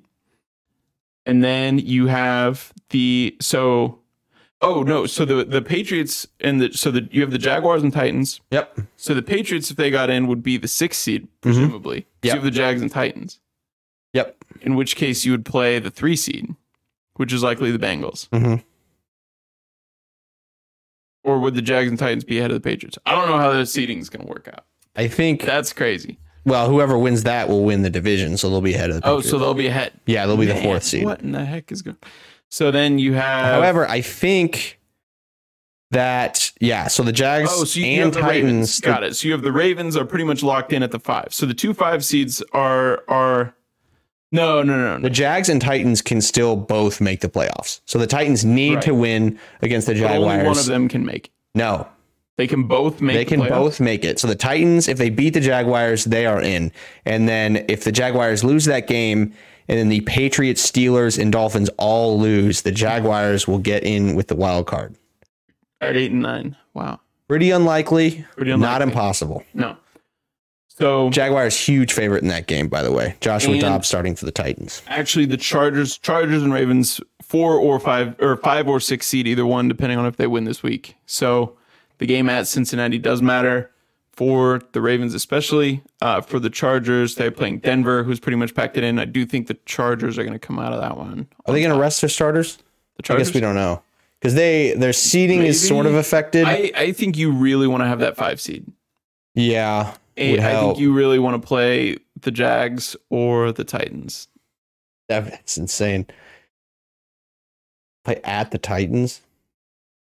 And then you have the so oh no, so the the Patriots and the so the you have the Jaguars and Titans. Yep. So the Patriots, if they got in, would be the sixth seed, presumably. So Yep. you have the Jags and Titans Yep. in which case you would play the three seed, which is likely the Bengals. Mhm. Or would the Jags and Titans be ahead of the Patriots? I don't know how the seeding is going to work out. I think That's crazy. well, whoever wins that will win the division, so they'll be ahead of the Oh, Patriots. so they'll be ahead. yeah, they'll be the Man, fourth seed. What in the heck is going? So then you have. However, I think that yeah, so the Jags oh, so you, you and have the Titans Ravens. Got it. So you have the Ravens are pretty much locked in at the five. So the two five seeds are are. No, no, no, no. The Jags and Titans can still both make the playoffs. So the Titans need Right. to win against the But only one of Jaguars. them can make. it. no, They can both make. they the can playoffs. both make it. So the Titans, if they beat the Jaguars, they are in. And then if the Jaguars lose that game, and then the Patriots, Steelers, and Dolphins all lose, the Jaguars will get in with the wild card. at eight and nine. Wow. Pretty unlikely, Pretty not unlikely. impossible. No. So Jaguars huge favorite in that game, by the way. Joshua And- Dobbs starting for the Titans. actually the Chargers, Chargers and Ravens, four or five or five or six seed, either one, depending on if they win this week. So the game at Cincinnati does matter for the Ravens, especially uh, for the Chargers. They're playing Denver, who's pretty much packed it in. I do think the Chargers are going to come out of that one. Are they going to rest their starters? The I Chargers. guess we don't know because they their seating is Maybe. sort of affected. I, I think you really want to have that five seed. yeah, I- would I help. think you really want to play the Jags or the Titans. That's insane. Play at the Titans.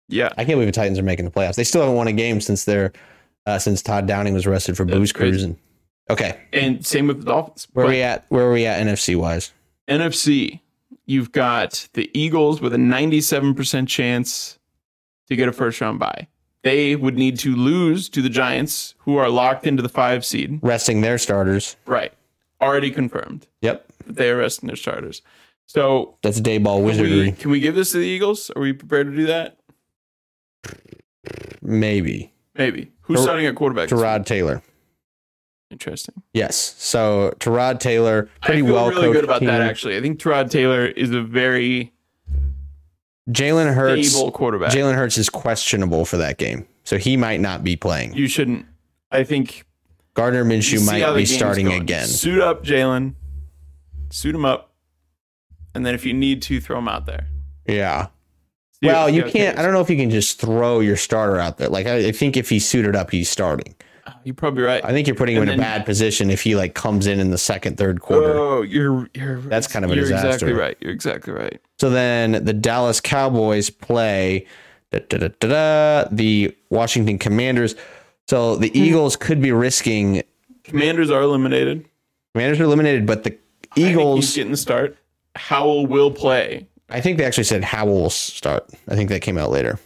Yeah. I can't believe the Titans are making the playoffs. They still haven't won a game since their uh, since Todd Downing was arrested for That's booze crazy. cruising. Okay, And same with the Dolphins. where But are we at? Where are we at NFC wise? NFC, you've got the Eagles with a 97% chance to get a first round bye. They would need to lose to the Giants, who are locked into the five seed. Resting their starters. Right. Already confirmed Yep, that they are resting their starters. So that's day ball can wizardry. we, can we give this to the Eagles? Are we prepared to do that? Maybe Maybe. Who's Ger- starting at quarterback? to Rod Taylor. Interesting. Yes. So Terod Taylor, pretty I feel well really coached good about team. that, actually. I think Terod Taylor is a very Jalen Hurts. stable quarterback. Jalen Hurts is questionable for that game, so he might not be playing. you shouldn't. I think Gardner Minshew see how might the be game's starting going. again. Suit up, Jalen. Suit him up, and then if you need to, throw him out there. Yeah. See- well, see you how it can't. goes. I don't know if you can just throw your starter out there. Like I, I think if he's suited up, he's starting. Ah, You're probably right. I think you're putting him And in a then- bad position if he like comes in in the second, third quarter. Oh, you're you're. That's kind of a you're disaster. exactly right. You're exactly right. So then the Dallas Cowboys play da, da, da, da, da, the Washington Commanders. So the Hmm. Eagles could be risking. Commanders are eliminated. Commanders are eliminated, but the I think he's Eagles. getting the start. Howell will play. I think they actually said Howell will start. I think that came out later.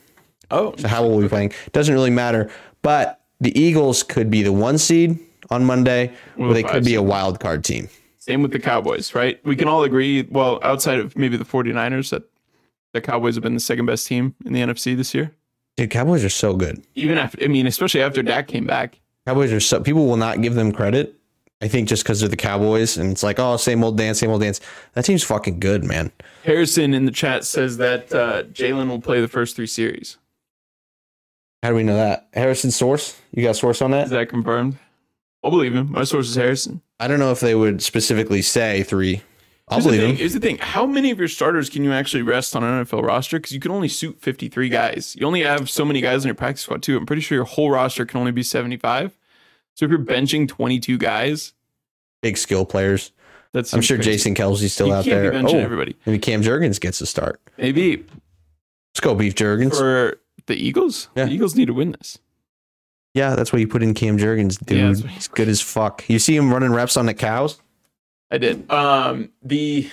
Oh, So Howell will be playing. Doesn't really matter. But the Eagles could be the one seed on Monday, or the they five could be a wild card team. same with the Cowboys, right? We can all agree, well, outside of maybe the 49ers, that the Cowboys have been the second best team in the NFC this year. Dude, Cowboys are so good. Even after, I mean, especially after Dak came back. Cowboys are so people will not give them credit. I think just because they're the Cowboys and it's like, oh, same old dance, same old dance. That team's fucking good, man. Harrison in the chat says that uh, Jalen will play the first three series. How do we know that? Harrison Source? You got source on Is that? that confirmed? I'll believe him. My source is Harrison. I don't know if they would specifically say three. I'll Here's the believe thing- him. Here's the thing: How many of your starters can you actually rest on an NFL roster? Because you can only suit 53 guys. You only have so many guys on your practice squad too. I'm pretty sure your whole roster can only be 75. So if you're benching 22 guys, Big skill players. that's I'm sure crazy. Jason Kelsey's still you out can't there. Be Oh, benching everybody. maybe Cam Jurgens gets a start. Maybe Let's go, Beef Jurgens. for the Eagles. Yeah. The Eagles need to win this. yeah, that's why you put in Cam Jurgens, dude. Yeah, that's what- He's good as fuck. You see him running reps on the cows? I did. Um the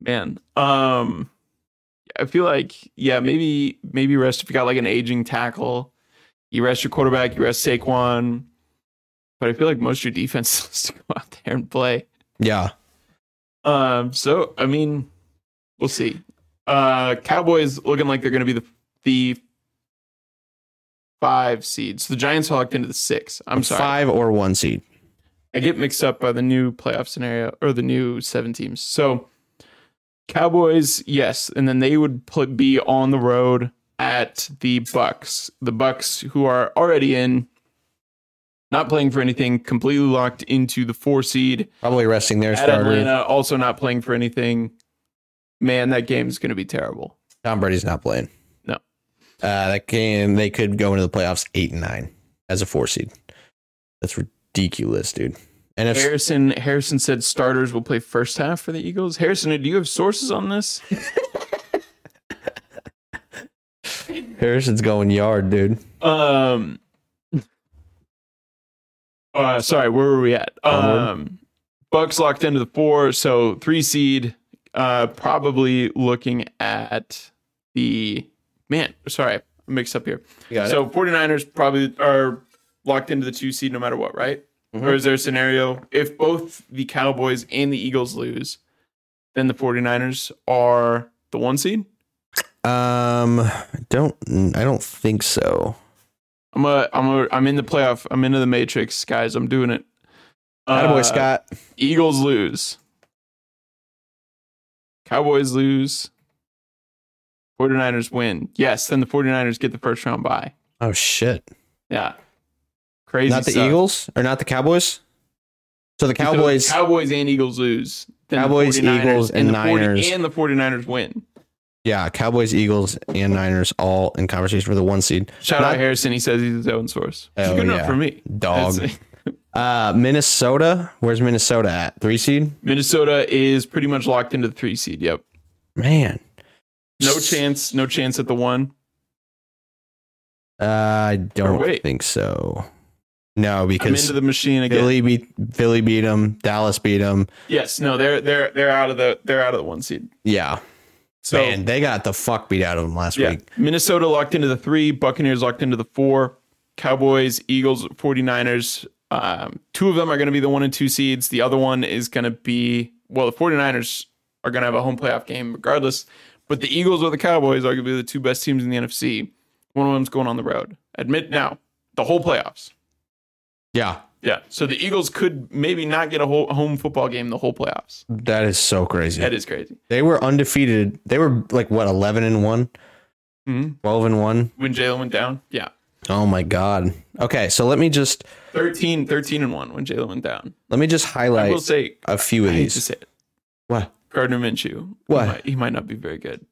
man. Um I feel like yeah, maybe maybe rest if you got like an aging tackle. You rest your quarterback, you rest Saquon. But I feel like most of your defense has to go out there and play. Yeah. Um so I mean we'll see. Uh Cowboys looking like they're gonna be the the five seeds. The Giants are locked into the six. I'm sorry. Five or one seed. I get mixed up by the new playoff scenario or the new seven teams. So, Cowboys, yes, and then they would pl- be on the road at the Bucks. The Bucks, who are already in, not playing for anything, completely locked into the four seed Probably resting their at starter. Atlanta, also not playing for anything. Man, that game is going to be terrible. Tom Brady's not playing. No. Uh, that game, they could go into the playoffs eight and nine as a four seed. That's ridiculous, dude. And if Harrison Harrison said starters will play first half for the Eagles. Harrison, do you have sources on this? Harrison's going yard, dude. Um. Uh, sorry, where were we at? Onward. Um, Bucks locked into the four, so three seed. Uh, probably looking at the man. Sorry, I mixed up here. So 49ers probably are locked into the two seed no matter what, right? Mhm. Or is there a scenario if both the Cowboys and the Eagles lose, then the 49ers are the one seed? um, I don't I don't think so. I'm a, I'm a, I'm in the playoff. I'm into the matrix, guys. I'm doing it. Attaboy, Uh, Scott. Eagles lose. Cowboys lose. 49ers win. Yes, then the 49ers get the first round bye. Oh shit! Yeah. Crazy. Not the stuff. Eagles or not the Cowboys. So the So the Cowboys. Cowboys and Eagles lose. Then the Cowboys, 49ers Eagles, and the 40 Niners. and the 49ers win. yeah, Cowboys, Eagles, and Niners all in conversation for the one seed. Shout Not- out Harrison. He says he's his own source. Which is Oh, good enough yeah. for me. Dog. That's- Uh, Minnesota. Where's Minnesota at? Three seed. Minnesota is pretty much locked into the three seed. Yep. Man. No chance. No chance at the one. Uh, I don't wait. think so. No, I'm because into the machine again. Philly beat Philly beat them. Dallas beat them. Yes. No. They're they're they're out of the they're out of the one seed. Yeah. So Man, they got the fuck beat out of them last yeah, week. Minnesota locked into the three. Buccaneers locked into the four. Cowboys, Eagles, 49ers. Um, two of them are going to be the one and two seeds. The other one is going to be, well, the 49ers are going to have a home playoff game regardless. But the Eagles or the Cowboys are going to be the two best teams in the NFC. One of them's going on the road. Admit now, the whole playoffs. Yeah. Yeah. So the Eagles could maybe not get a whole home football game the whole playoffs. That is so crazy. That is crazy. They were undefeated. They were like what 11 and 1, hmm 12 and 1. When Jalen went down, yeah. Oh my god. Okay, so let me just 13, 13 and 1 when Jalen went down. let me just I highlight will say, a few of I hate to these. say it. What? Gardner Minshew. What? He might, he might not be very good.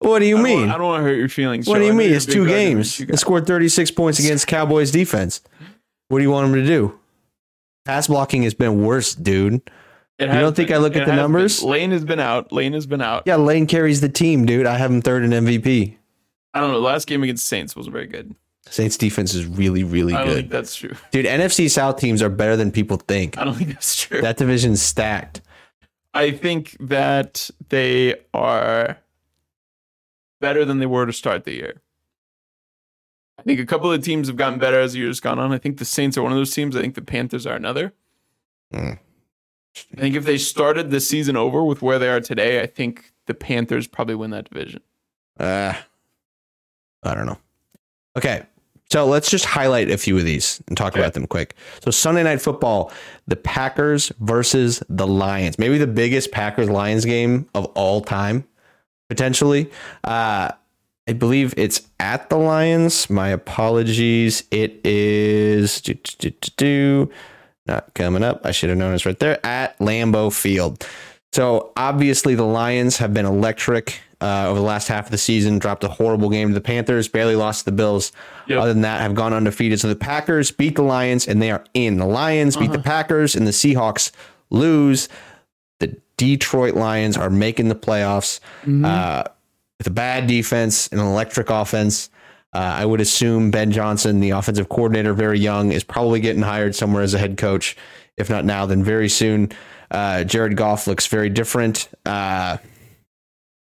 What do you I don't wa- mean? I don't want to hurt your feelings. What Joe. do I you know mean? you're a It's big two Gardner games. Minshew They guy. scored 36 points against Cowboys defense. What do you want them to do? Pass blocking has been worse, dude. It You has don't think been. I look at It the has numbers? been. Lane has been out. Lane has been out. Yeah, Lane carries the team, dude. I have him third in MVP. I don't know. Last game against Saints wasn't very good. Saints defense is really, really I don't think good. that's true. Dude, NFC South teams are better than people think. I don't think that's true. That division's stacked. I think that they are better than they were to start the year. I think a couple of teams have gotten better as the year's gone on. I think the Saints are one of those teams. I think the Panthers are another. Hmm. I think if they started the season over with where they are today, I think the Panthers probably win that division. Uh, I don't know. Okay. So let's just highlight a few of these and talk Okay. about them quick. So Sunday night football, the Packers versus the Lions. Maybe the biggest Packers Lions game of all time, potentially. Uh I believe it's at the Lions. My apologies. It is do, do, do, do, do. not coming up. I should have known it's right there at Lambeau Field. So obviously the Lions have been electric uh, over the last half of the season. Dropped a horrible game to the Panthers. Barely lost to the Bills. Yep. Other than that, have gone undefeated. So the Packers beat the Lions and they are in. The Lions beat the Packers and the Seahawks lose. The Detroit Lions are making the playoffs uh, with a bad defense and an electric offense. Uh, I would assume Ben Johnson, the offensive coordinator, very young, is probably getting hired somewhere as a head coach. If not now, then very soon. Uh, Jared Goff looks very different. Uh,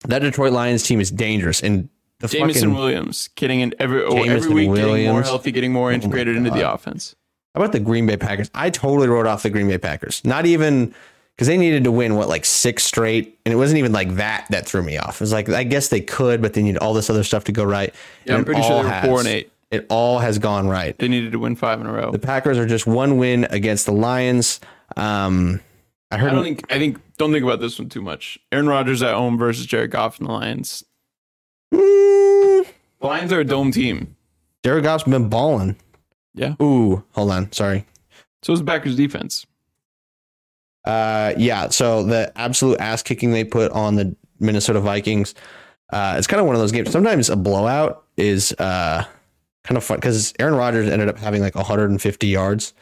that Detroit Lions team is dangerous, and the Jamison fucking Williams getting in every oh, every Jamison week getting more Williams. Oh healthy, getting more integrated into the offense. How about the Green Bay Packers? I totally wrote off the Green Bay Packers. Not even because they needed to win what like six straight, and it wasn't even like that that threw me off. It was like I guess they could, but they need all this other stuff to go right. Yeah, And I'm it pretty sure all they were has. four and eight. It all has gone right. They needed to win five in a row. The Packers are just one win against the Lions. Um, I heard I don't think. I think. Don't think about this one too much. Aaron Rodgers at home versus Jared Goff and the Lions. e- Mm, The Lions are a dome team. Jared Goff's been balling. Yeah. Ooh, hold on. Sorry. So is the Packers defense. Uh, yeah. So the absolute ass kicking they put on the Minnesota Vikings. Uh, it's kind of one of those games. Sometimes a blowout is uh, kind of fun because Aaron Rodgers ended up having like 150 yards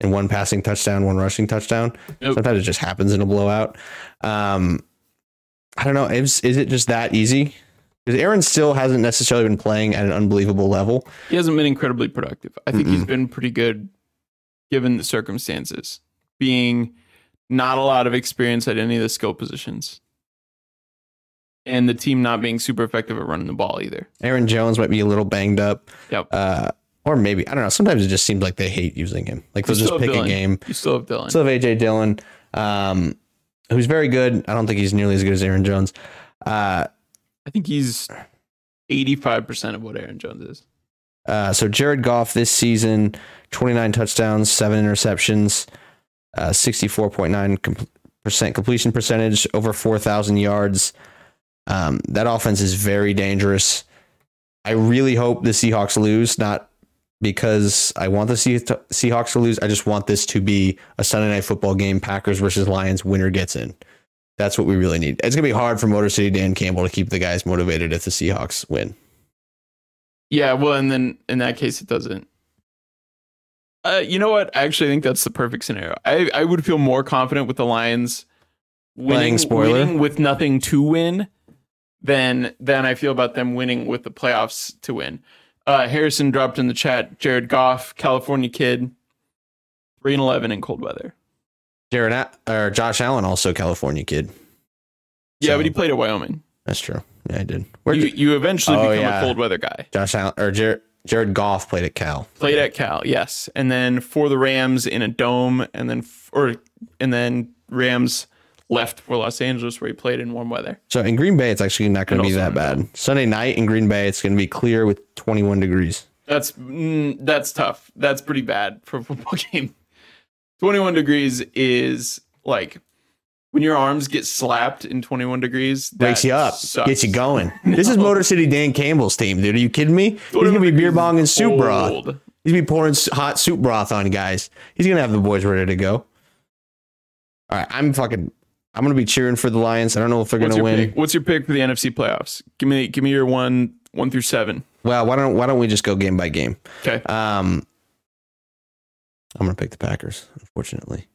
and one passing touchdown, one rushing touchdown. Nope. Sometimes it just happens in a blowout. Um, I don't know. Is is it just that easy? Because Aaron still hasn't necessarily been playing at an unbelievable level. He hasn't been incredibly productive. I think he's Mm-mm. been pretty good, given the circumstances, being not a lot of experience at any of the skill positions, and the team not being super effective at running the ball either. Aaron Jones might be a little banged up. Yep. Uh, or maybe I don't know. Sometimes it just seems like they hate using him. Like they'll You just still have pick a Dylan. game. You still have Dylan. Still have AJ Dillon, um, who's very good. I don't think he's nearly as good as Aaron Jones. Uh, I think he's eighty-five percent of what Aaron Jones is. uh, so Jared Goff this season, 29 touchdowns, seven interceptions, uh, 64.9 com- percent completion percentage, over 4,000 yards. Um, that offense is very dangerous. I really hope the Seahawks lose, not because I want the Se- Seahawks to lose. I just want this to be a Sunday night football game, Packers versus Lions. Winner gets in. That's what we really need. It's gonna be hard for Motor City Dan Campbell to keep the guys motivated if the Seahawks win. Yeah, well, and then in that case, it doesn't. Uh, you know what? I actually think that's the perfect scenario. I, I would feel more confident with the Lions winning, Playing spoiler. winning with nothing to win than than I feel about them winning with the playoffs to win. Uh, Harrison dropped in the chat. Jared Goff, California kid, three and eleven in cold weather. Jared A- or Josh Allen, also California kid. Yeah, So- but he played at Wyoming. That's true. Yeah, I did. Where You, you eventually Oh, become yeah. a cold weather guy. Josh Allen or Jared, Jared Goff played at Cal. Played at Cal, yes, and then for the Rams in a dome, and then f- or and then Rams left for Los Angeles where he played in warm weather. So in Green Bay, it's actually not going to be And also that in bad. Sunday night in Green Bay, it's going to be clear with 21 degrees. That's mm, that's tough. That's pretty bad for a football game. 21 degrees is like when your arms get slapped in 21 degrees. That Wakes you up, sucks. gets you going. This is Motor City Dan Campbell's team, dude. Are you kidding me? He's 21 going to be beer degrees bong and is soup broth. cold. He's gonna be pouring s- hot soup broth on guys. He's gonna have the boys ready to go. All right, I'm fucking. I'm gonna be cheering for the Lions. I don't know if they're What's gonna your win. pick? What's your pick for the NFC playoffs? Give me give me your one one through seven. Well, why don't why don't we just go game by game? Okay. Um, I'm gonna pick the Packers. Unfortunately,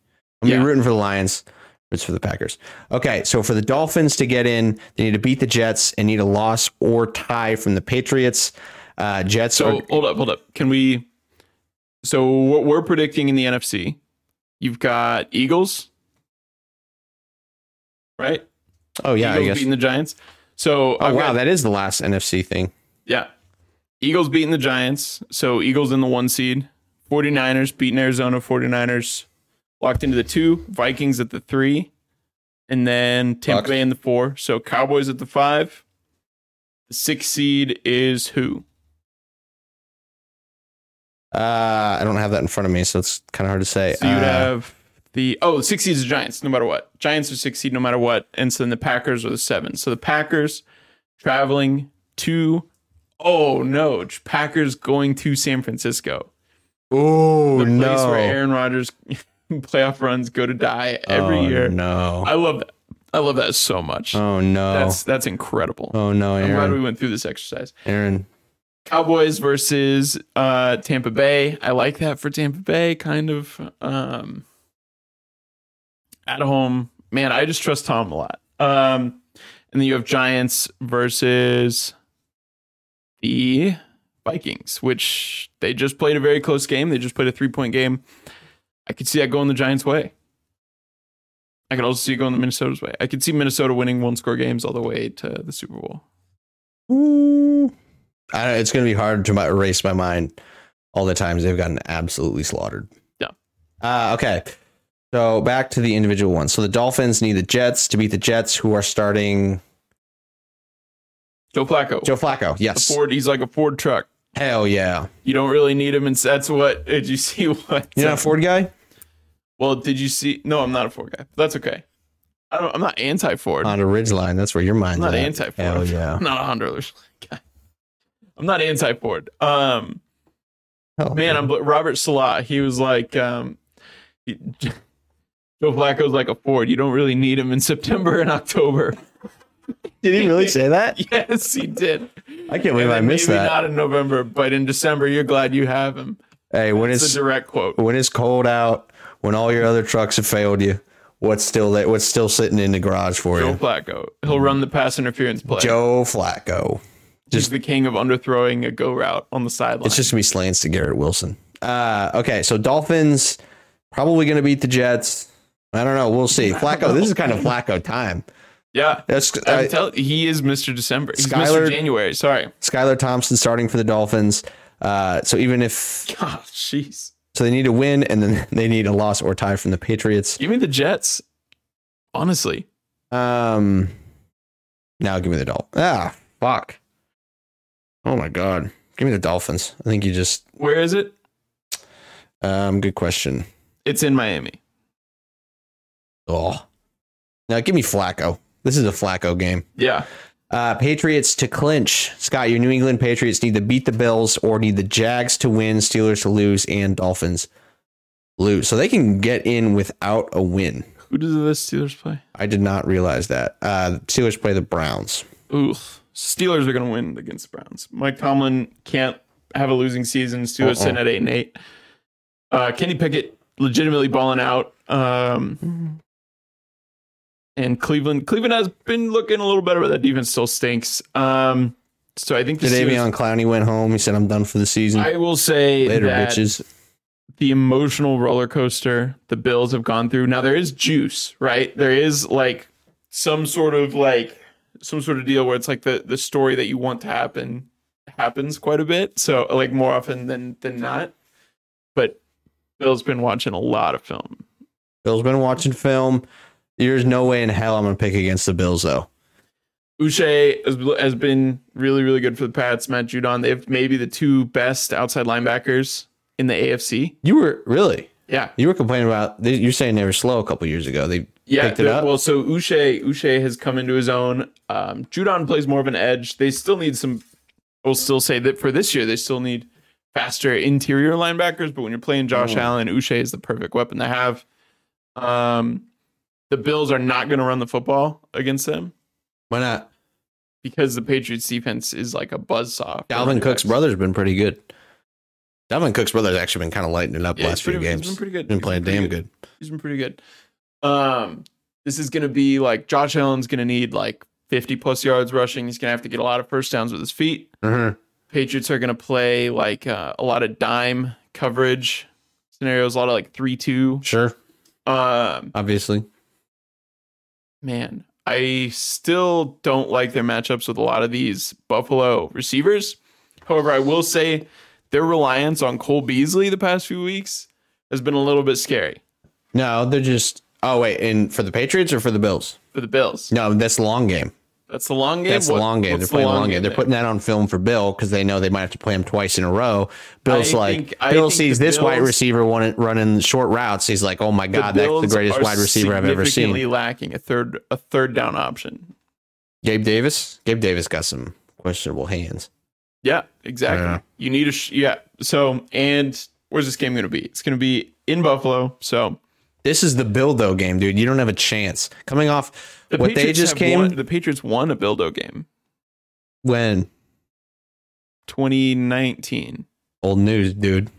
I'm gonna Yeah. be rooting for the Lions. It's for the Packers. Okay, so for the Dolphins to get in, they need to beat the Jets and need a loss or tie from the Patriots. Uh, Jets So oh, are hold up, hold up. Can we? So what we're predicting in the NFC, you've got Eagles, right? oh yeah, I Eagles guess. beating the Giants. So Oh I've wow, got that is the last NFC thing. Yeah. Eagles beating the Giants. So Eagles in the one seed. 49ers beating Arizona. 49ers locked into the two. Vikings at the three. And then Tampa Bucks. Bay in the four. So Cowboys at the five. The six seed is who? Uh, I don't have that in front of me, so it's kind of hard to say. So you'd Uh, have the oh, the six seed is the Giants, no matter what. Giants are six seed no matter what. And so then the Packers are the seven. So the Packers traveling to oh no, Packers going to San Francisco. oh the place no! where Aaron Rodgers playoff runs go to die every Oh, year. No. I love that. I love that so much. Oh no. That's that's incredible. oh no, I'm glad we Aaron. went through this exercise. Aaron. Cowboys versus uh, Tampa Bay. I like that for Tampa Bay, kind of um, at home. Man, I just trust Tom a lot. Um, and then you have Giants versus the Vikings, which they just played a very close game. They just played a three point game. I could see that going the Giants' way. I could also see it going the Minnesota's way. I could see Minnesota winning one score games all the way to the Super Bowl. Ooh. I don't, it's gonna be hard to my, erase my mind all the times they've gotten absolutely slaughtered. Yeah. Uh, okay. So back to the individual ones. So the Dolphins need the Jets to beat the Jets, who are starting Joe Flacco. Joe Flacco. a Yes. Ford. He's like a Ford truck. Hell yeah. You don't really need him, and that's what. Did you see what? uh, You're not a Ford guy? Well, did you see? No, I'm not a Ford guy. That's okay. I don't, I'm not anti Ford. I'm On a Ridgeline. That's where your mind's not at. anti Ford. Hell yeah. I'm not a Honda Ridgeline guy. I'm not anti Ford. Um, Hell man, yeah. I'm Robert Salah. He was like, um, he- Joe Flacco's like a Ford. You don't really need him in September and October. Did he really say that? Yes, he did. I can't believe And I then missed maybe that. Not in November, but in December, you're glad you have him. Hey, when It's it's a direct quote. when it's cold out, when all your other trucks have failed you, what's still there? What's still sitting in the garage for Joe you? Flacco. He'll run the pass interference play. Joe Flacco. He's the king of underthrowing a go route on the sideline. It's just gonna be slants to Garrett Wilson. Uh, okay, so Dolphins probably gonna beat the Jets. I don't know. We'll see. Flacco. This is kind of Flacco time. yeah. That's I'm uh, tell- he is Mr. December. He's Skylar- Mr. January. Sorry. Skylar Thompson starting for the Dolphins. Uh, so even if God, jeez. so, they need a win, and then they need a loss or tie from the Patriots. Give me the Jets. Honestly. Um, now give me the Dolphins. Ah, fuck. Oh my god, give me the Dolphins. I think you just. Where is it? Um, good question. It's in Miami. Oh, now give me Flacco. This is a Flacco game. Yeah. Uh, Patriots to clinch. Scott, your New England Patriots need to beat the Bills or need the Jags to win, Steelers to lose, and Dolphins lose. So they can get in without a win. Who does the Steelers play? I did not realize that. Uh, Steelers play the Browns. Oof. Steelers are going to win against the Browns. Mike Tomlin can't have a losing season. Steelers Uh-uh. sitting at 8 and 8. Uh, Kenny Pickett legitimately balling out. Mm-hmm. Um, and Cleveland, Cleveland has been looking a little better, but that defense still stinks. Um, so I think the Steelers- Jadavion Clowney went home. He said, "I'm done for the season. I will say Later, that bitches." the emotional roller coaster the Bills have gone through. Now there is juice, right? There is like some sort of like some sort of deal where it's like the the story that you want to happen happens quite a bit. So like more often than than not. But Bill's been watching a lot of film. Bill's been watching film. There's no way in hell I'm gonna pick against the Bills though. Uche has, has been really really good for the Pats. Matt Judon, they have maybe the two best outside linebackers in the AFC. You were really Yeah. you were complaining about they- you're saying they were slow a couple years ago. They Yeah, picked it they're- up. well, so Uche Uche has come into his own. Um, Judon plays more of an edge. They still need some. We'll still say that for this year, they still need faster interior linebackers. But when you're playing Josh Mm. Allen, Uche is the perfect weapon to have. Um, the Bills are not going to run the football against them Why not? because the Patriots defense is like a buzzsaw. for running Dalvin Cook's backs. brother's been pretty good. Dalvin Cook's brother's actually been kind of lighting it up Yeah, he's last few pretty- he's games. been pretty good. Been He's been playing pretty damn good. good. He's been pretty good. Um, this is going to be like Josh Allen's going to need like 50 plus yards rushing. He's going to have to get a lot of first downs with his feet. Mhm. Patriots are going to play like uh, a lot of dime coverage scenarios, a lot of like 3 2. Sure, Um, obviously. man, I still don't like their matchups with a lot of these Buffalo receivers. However, I will say their reliance on Cole Beasley the past few weeks has been a little bit scary No, they're just. Oh wait, and for the Patriots or for the Bills? for the Bills. No, that's the long game. That's the long game. That's the What- long game. They're what's playing the long game. They're there? putting that on film for Bill because they know they might have to play him twice in a row. Bill's I like, think- I Bill think sees the this wide Bills- receiver one- running short routes. He's like, oh my God, that's the Bills greatest are wide receiver I've ever significantly seen. lacking a third a third down option. Gabe Davis? Gabe Davis got some questionable hands. Yeah, exactly. Yeah. You need a sh- yeah. So and where's this game going to be? It's going to be in Buffalo. So This is the Bill, though, game, dude. You don't have a chance. Coming off the what they Patriots just have came won- the Patriots won a Bildo game, when. 2019. Old news, dude.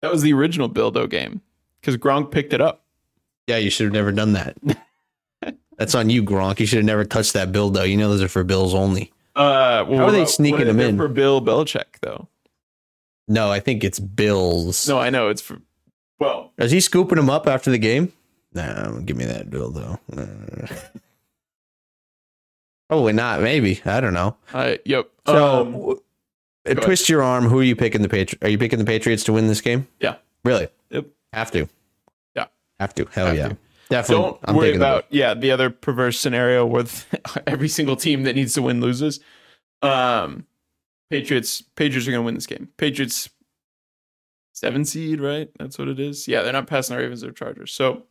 That was the original Bildo game because Gronk picked it up. Yeah, you should have never done that. That's on you, Gronk. You should have never touched that Bill, though. You know those are for Bills only. Uh, well, How are they what sneaking is them there in? for Bill Belichick though? No, I think it's Bills. No, I know it's for. Well, Is he scooping him up after the game? Nah, give me that bill though. Nah. Probably not. Maybe I don't know. I yep. So, Um, w- ahead. twist your arm. Who are you picking? The Patri- Are you picking the Patriots to win this game? Yeah. Really? Yep. Have to. Yeah. Have to. Hell Have yeah. to. Definitely. don't worry taking the about yeah the other perverse scenario where th- every single team that needs to win loses um patriots patriots are going to win this game patriots seven seed right that's what it is yeah they're not passing the ravens or chargers so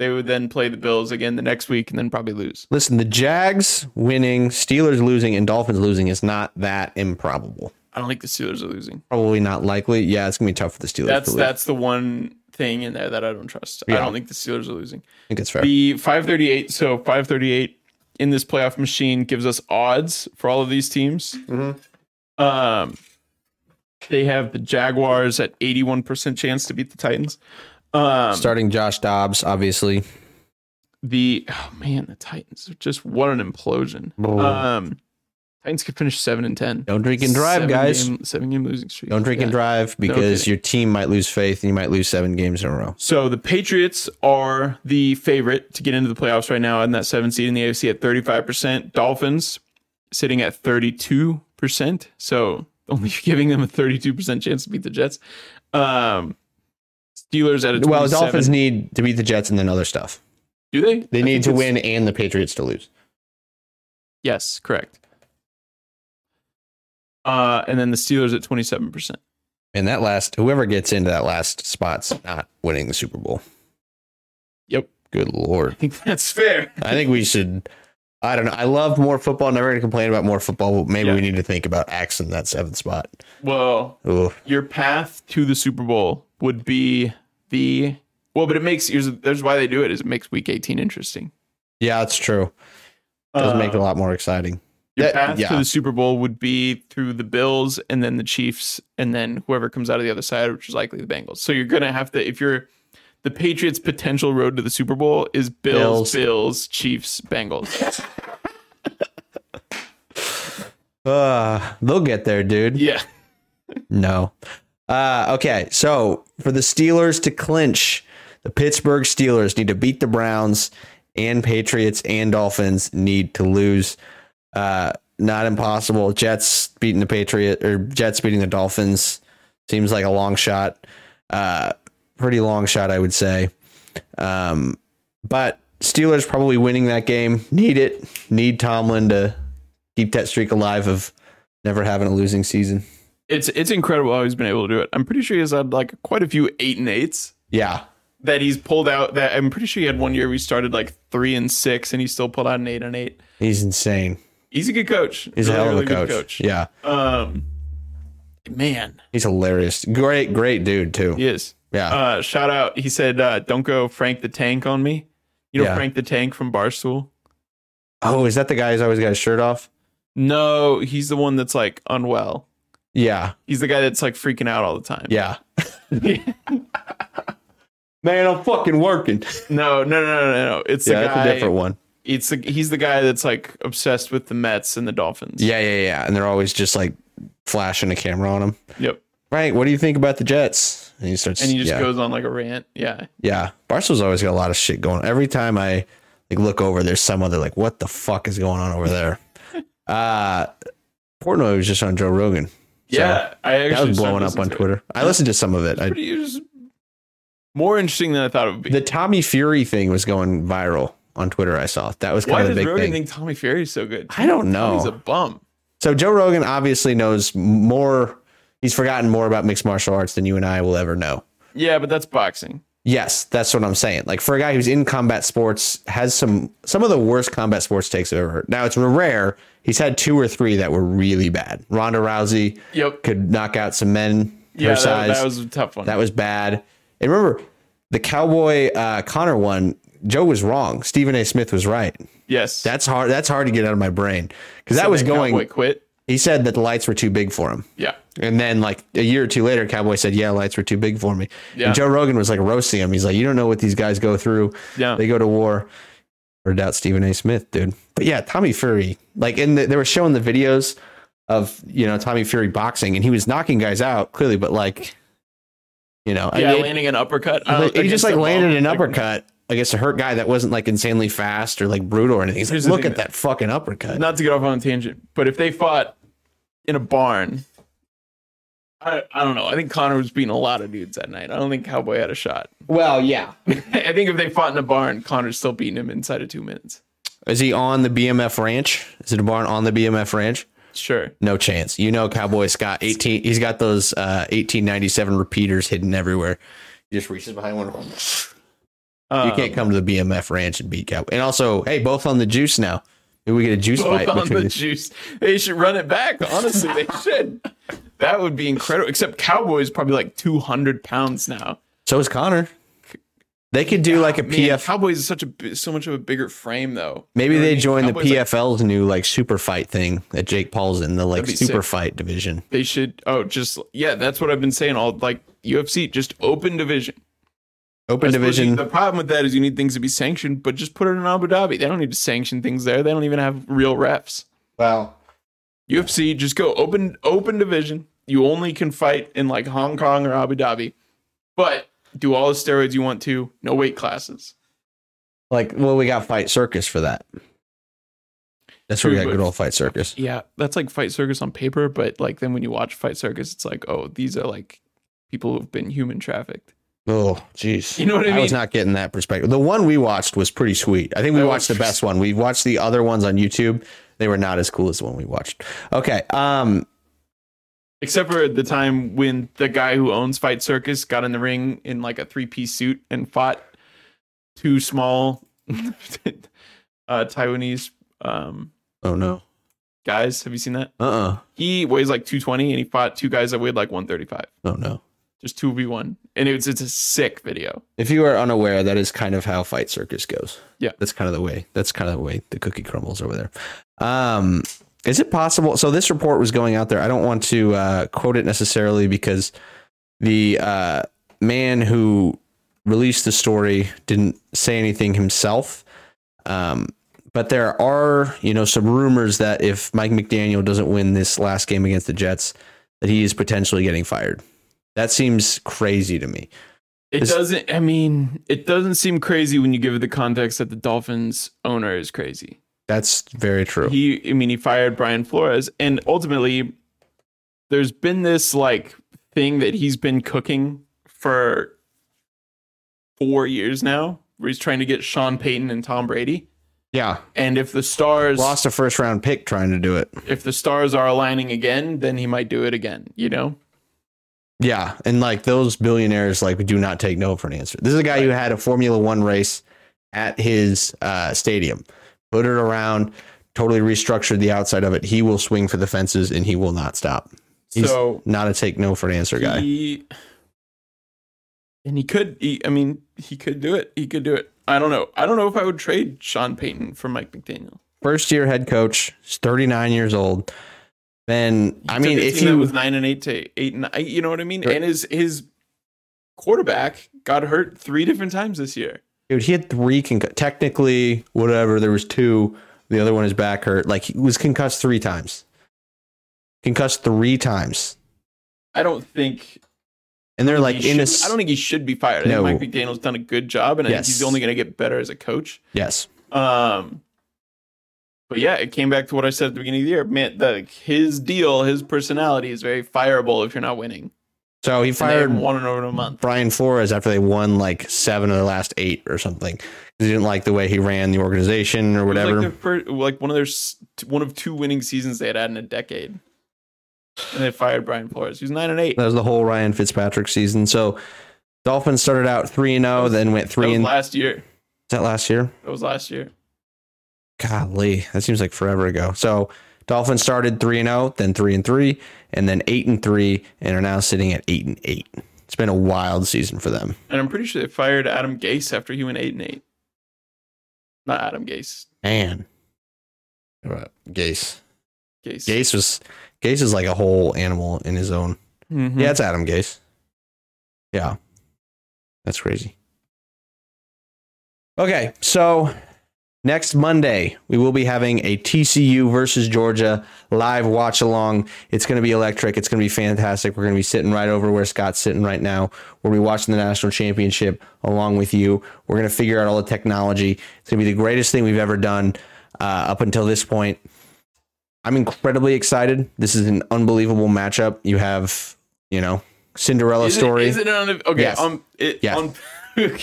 they would then play the bills again the next week and then probably lose Listen, the Jags winning, Steelers losing, and Dolphins losing is not that improbable. i don't think the steelers are losing Probably not likely. Yeah, it's gonna be tough for the Steelers. that's to lose. that's the one thing in there that i don't trust i Yeah. don't think the steelers are losing I think it's fair. The 538, so 538 in this playoff machine gives us odds for all of these teams. Mm-hmm. Um, they have the Jaguars at 81% chance to beat the Titans. Um, Starting Josh Dobbs, obviously. the oh man, the Titans are just what an implosion. Oh. Um, Titans could finish 7 and 10. Don't drink and drive, Seven guys. game- seven game losing streak. Don't drink Yeah. and drive because kidding. your team might lose faith and you might lose seven games in a row. So the Patriots are the favorite to get into the playoffs right now in that seven seed in the AFC at 35%. Dolphins sitting at 32%. So only giving them a 32% chance to beat the Jets. Um, Steelers at a 27. Well, Dolphins need to beat the Jets and then other stuff. do they? They I need think to it's- win and the Patriots to lose. Yes, correct. Uh, and then the Steelers at 27%. And that last, whoever gets into that last spot's not winning the Super Bowl. Yep. Good lord. I think that's fair. I think we should. I don't know. I love more football. Never going to complain about more football. But maybe Yeah. we need to think about axing that seventh spot. Well, Ooh, your path to the Super Bowl would be the well, but it makes here's there's why they do it is it makes Week 18 interesting. yeah, that's true. It does make it Uh, a lot more exciting. Your That- path to yeah. the Super Bowl would be through the Bills and then the Chiefs and then whoever comes out of the other side, which is likely the Bengals. So you're gonna have to if you're the Patriots' potential road to the Super Bowl is Bills. Bills, Bills, Chiefs, Bengals. Uh, they'll get there, dude. yeah. No. Uh, okay, so for the Steelers to clinch, the Pittsburgh Steelers need to beat the Browns, and Patriots and Dolphins need to lose. Uh, not impossible. Jets beating the Patriot or Jets beating the Dolphins seems like a long shot. Uh, pretty long shot, I would say. Um, but Steelers probably winning that game. Need it. Need Tomlin to keep that streak alive of never having a losing season. It's it's incredible how he's been able to do it. I'm pretty sure he's had like quite a few eight and eights Yeah. that he's pulled out that I'm pretty sure he had one year we started like three and six and he still pulled out an eight and eight. He's insane. He's a good coach. He's a Really, hell of a really good coach. Yeah. Um, man, He's hilarious. Great, great dude too. he is. Yeah. Uh, shout out. He said, uh, "Don't go Frank the Tank on me." You know Yeah. Frank the Tank from Barstool. oh, is that the guy who's always got his shirt off? No, he's the one that's like unwell. Yeah. He's the guy that's like freaking out all the time. Yeah. Man, I'm fucking working. no, no, no, no, no, no. It's yeah, the that's guy. a different one. It's the, he's the guy that's like obsessed with the Mets and the Dolphins. Yeah, yeah, yeah. And they're always just like flashing a camera on him. Yep. Frank, what do you think about the Jets? And he starts. And he just yeah, goes on like a rant. Yeah. Yeah. Barstool's always got a lot of shit going. on. Every time I like look over, there's some other like, what the fuck is going on over there? Uh Portnoy was just on Joe Rogan. Yeah. I actually That was started blowing up listening on to it. Twitter. I listened to some of it. I, Pretty, it was more interesting than I thought it would be. the Tommy Fury thing was going viral on Twitter. I saw that was Why kind does of the big Rogan thing. think Tommy Fury is so good? I don't He's a know. bum. So Joe Rogan obviously knows more. He's forgotten more about mixed martial arts than you and I will ever know. Yeah, but that's boxing. Yes, that's what I'm saying. Like for a guy who's in combat sports, has some some of the worst combat sports takes I've ever. heard. Now it's rare. He's had two or three that were really bad. Ronda Rousey Yep. could knock out some men Yeah, her that, size. that was a tough one. That was bad. And remember, the Cowboy uh, Connor one, Joe was wrong. Stephen A. Smith was right. yes. That's hard. That's hard to get out of my brain because that was going. Cowboy quit. He said that the lights were too big for him, Yeah. and then like a year or two later, Cowboy said, "Yeah, lights were too big for me." Yeah. And Joe Rogan was like roasting him. He's like, "You don't know what these guys go through. Yeah. They go to war." Or doubt Stephen A. Smith, dude. But yeah, Tommy Fury. Like, and the, they were showing the videos of you know Tommy Fury boxing, and he was knocking guys out clearly, but like, you know, I yeah, mean, landing an uppercut. he- out he Oh, against just like a landed wall. an uppercut against a hurt guy that wasn't like insanely fast or like brutal or anything. He's like, Here's the look thing at that fucking uppercut. Not to get off on a tangent, but if they fought in a barn, I, I don't know. I think Connor was beating a lot of dudes that night. I don't think Cowboy had a shot. Well, yeah. I think if they fought in a barn, Connor's still beating him inside of two minutes. Is he on the BMF ranch? Is it a barn on the BMF ranch? Sure. No chance. You know, Cowboy's got 18. He's got those uh, 1897 repeaters hidden everywhere. He just reaches behind one. You Um, can't come to the BMF ranch and beat Cowboy. And also, hey, both on the juice now. Maybe we get a juice both fight on between the the juice. They should run it back. Honestly, they should. That would be incredible. Except Cowboy's probably like 200 pounds now. So is Connor. They could do like a Oh, Man, PF. Cowboys is such a bi- so much of a bigger frame though. Maybe You know what I they mean? join the Cowboys, like, PFL's new like super fight thing that Jake Paul's in the like That'd be super sick. fight division. they should. Oh, just yeah. That's what I've been saying all like UFC. Just open division. Open I suppose division. The problem with that is you need things to be sanctioned, but just put it in Abu Dhabi. They don't need to sanction things there. They don't even have real refs. Wow. UFC, just go open open division. You only can fight in like Hong Kong or Abu Dhabi, but do all the steroids you want to. No weight classes. Like, well, we got Fight Circus for that. That's where we True, got but- good old Fight Circus. Yeah, that's like Fight Circus on paper, but like then when you watch Fight Circus, it's like, oh, these are like people who've been human trafficked. Oh, jeez. You know what I was mean? not getting that perspective. The one we watched was pretty sweet. I think we That watched the was- best one. We watched the other ones on YouTube. They were not as cool as the one we watched. Okay. Um. Except for the time when the guy who owns Fight Circus got in the ring in like a three piece suit and fought two small uh, Taiwanese um, Oh no. guys. Have you seen that? Uh. uh He weighs like 220 and he fought two guys that weighed like 135. Oh no. Just 2v1. And it's it's a sick video. If you are unaware, that is kind of how Fight Circus goes. Yeah. That's kind of the way. That's kind of the way the cookie crumbles over there. Um Is it possible? So this report was going out there. I don't want to uh, quote it necessarily because the uh, man who released the story didn't say anything himself. Um, but there are, you know, some rumors that if Mike McDaniel doesn't win this last game against the Jets, that he is potentially getting fired. That seems crazy to me. It Is- doesn't. I mean, it doesn't seem crazy when you give it the context that the Dolphins owner is crazy. That's very true. He, I mean, he fired Brian Flores, and ultimately, there's been this like thing that he's been cooking for four years now, where he's trying to get Sean Payton and Tom Brady. yeah, And if the stars, lost a first round pick trying to do it. if the stars are aligning again, then he might do it again. You know, Yeah, and like those billionaires, like do not take no for an answer. This is a guy who had a Formula One race at his uh, stadium, put it around, totally restructured the outside of it. He will swing for the fences and he will not stop. He's so not a take no for an answer guy. He, and he could. He, I mean, he could do it. He could do it. I don't know. I don't know if I would trade Sean Payton for Mike McDaniel. First year head coach, he's 39 years old. Then I mean, if you was nine and eight to eight and eight, you know what I mean. Sure. And his his quarterback got hurt three different times this year. Dude, he had three concu- technically whatever. There was two. The other one is back hurt. Like he was concussed three times. Concussed three times, I don't think and they're like he in a. should- s- I don't think he should be fired. I No. think Mike McDaniel's done a good job, and I think Yes. he's only going to get better as a coach. yes, Um, but yeah, it came back to what I said at the beginning of the year. Man, the, his deal, his personality is very fireable if you're not winning. so he Fired fired one in over a month. Brian Flores after they won like seven of the last eight or something. 'Cause He didn't like the way he ran the organization or It whatever. was like, their first, like one of their s- t- one of two winning seasons they had had in a decade, and they fired Brian Flores. He was nine and eight. that was the whole Ryan Fitzpatrick season. So Dolphins started out three and zero, then went that three was and. Is last year. that last year? That was last year. Golly, that seems like forever ago. So Dolphins started three and zero, then three and three, and then eight and three, and are now sitting at eight and eight. It's been a wild season for them. And I'm pretty sure they fired Adam Gase after he went eight and eight. Not Adam Gase. Man, What about Gase. Gase. Gase was Gase is like a whole animal in his own. Mhm. Yeah, it's Adam Gase. Yeah, that's crazy. Okay, so next Monday we will be having a TCU versus Georgia live watch along. It's going to be electric. It's going to be fantastic. We're going to be sitting right over where Scott's sitting right now. We'll be watching the national championship along with you. We're going to figure out all the technology. It's going to be the greatest thing we've ever done uh, up until this point. I'm incredibly excited. This is an unbelievable matchup. You have, you know, Cinderella Is it- story. is it on the, okay? Yes. Um, it, Yes. on,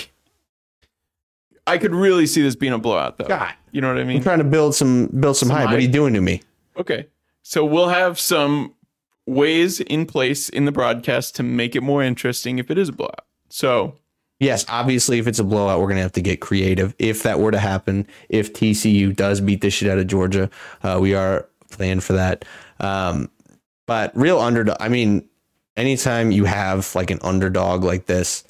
I could really see this being a blowout, though. God. You know what I I'm mean? trying to build some build some, Some hype. What are you doing to me? Okay. So we'll have some ways in place in the broadcast to make it more interesting if it is a blowout. So Yes, obviously, if it's a blowout, we're gonna have to get creative. If that were to happen, if TCU does beat the shit out of Georgia, uh, we are planned for that. Um, but real underdog. I mean, anytime you have like an underdog like this,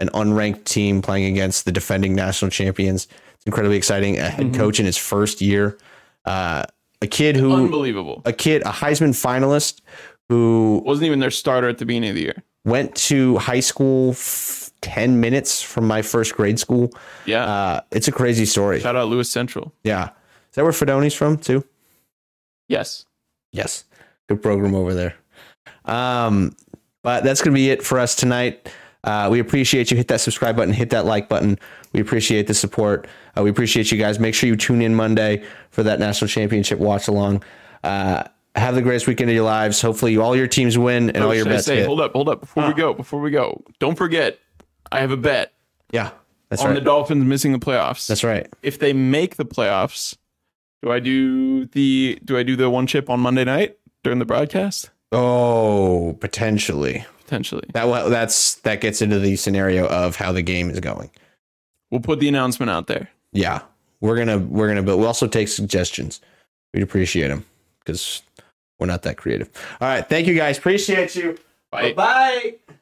an unranked team playing against the defending national champions, it's incredibly exciting. A head Mhm. coach in his first year, uh, a kid who, unbelievable. a kid, a Heisman finalist who Wasn't even their starter at the beginning of the year. went to high school f- 10 minutes from my first grade school. Yeah. Uh, it's a crazy story. Shout out Lewis Central. Yeah. Is that where Fedoni's from too? Yes. Yes. Good program over there. Um, but that's going to be it for us tonight. Uh, we appreciate you. Hit that subscribe button, hit that like button. We appreciate the support. Uh, we appreciate you guys. Make sure you tune in Monday for that national championship watch along. Uh, have the greatest weekend of your lives. Hopefully, all your teams win and all your Oh, Should I bets say, hit. Ah. hold up, hold up. Before we go, before we go, don't forget, I have a bet Yeah, that's on right. the Dolphins missing the playoffs. that's right. if they make the playoffs, do I do the do I do the one chip on Monday night during the broadcast? Oh, potentially. Potentially. That wa- that's that gets into the scenario of how the game is going. We'll put the announcement out there. Yeah, we're gonna we're gonna but we also take suggestions. We'd appreciate them because we're not that creative. All right, thank you guys. Appreciate you. Bye. Bye.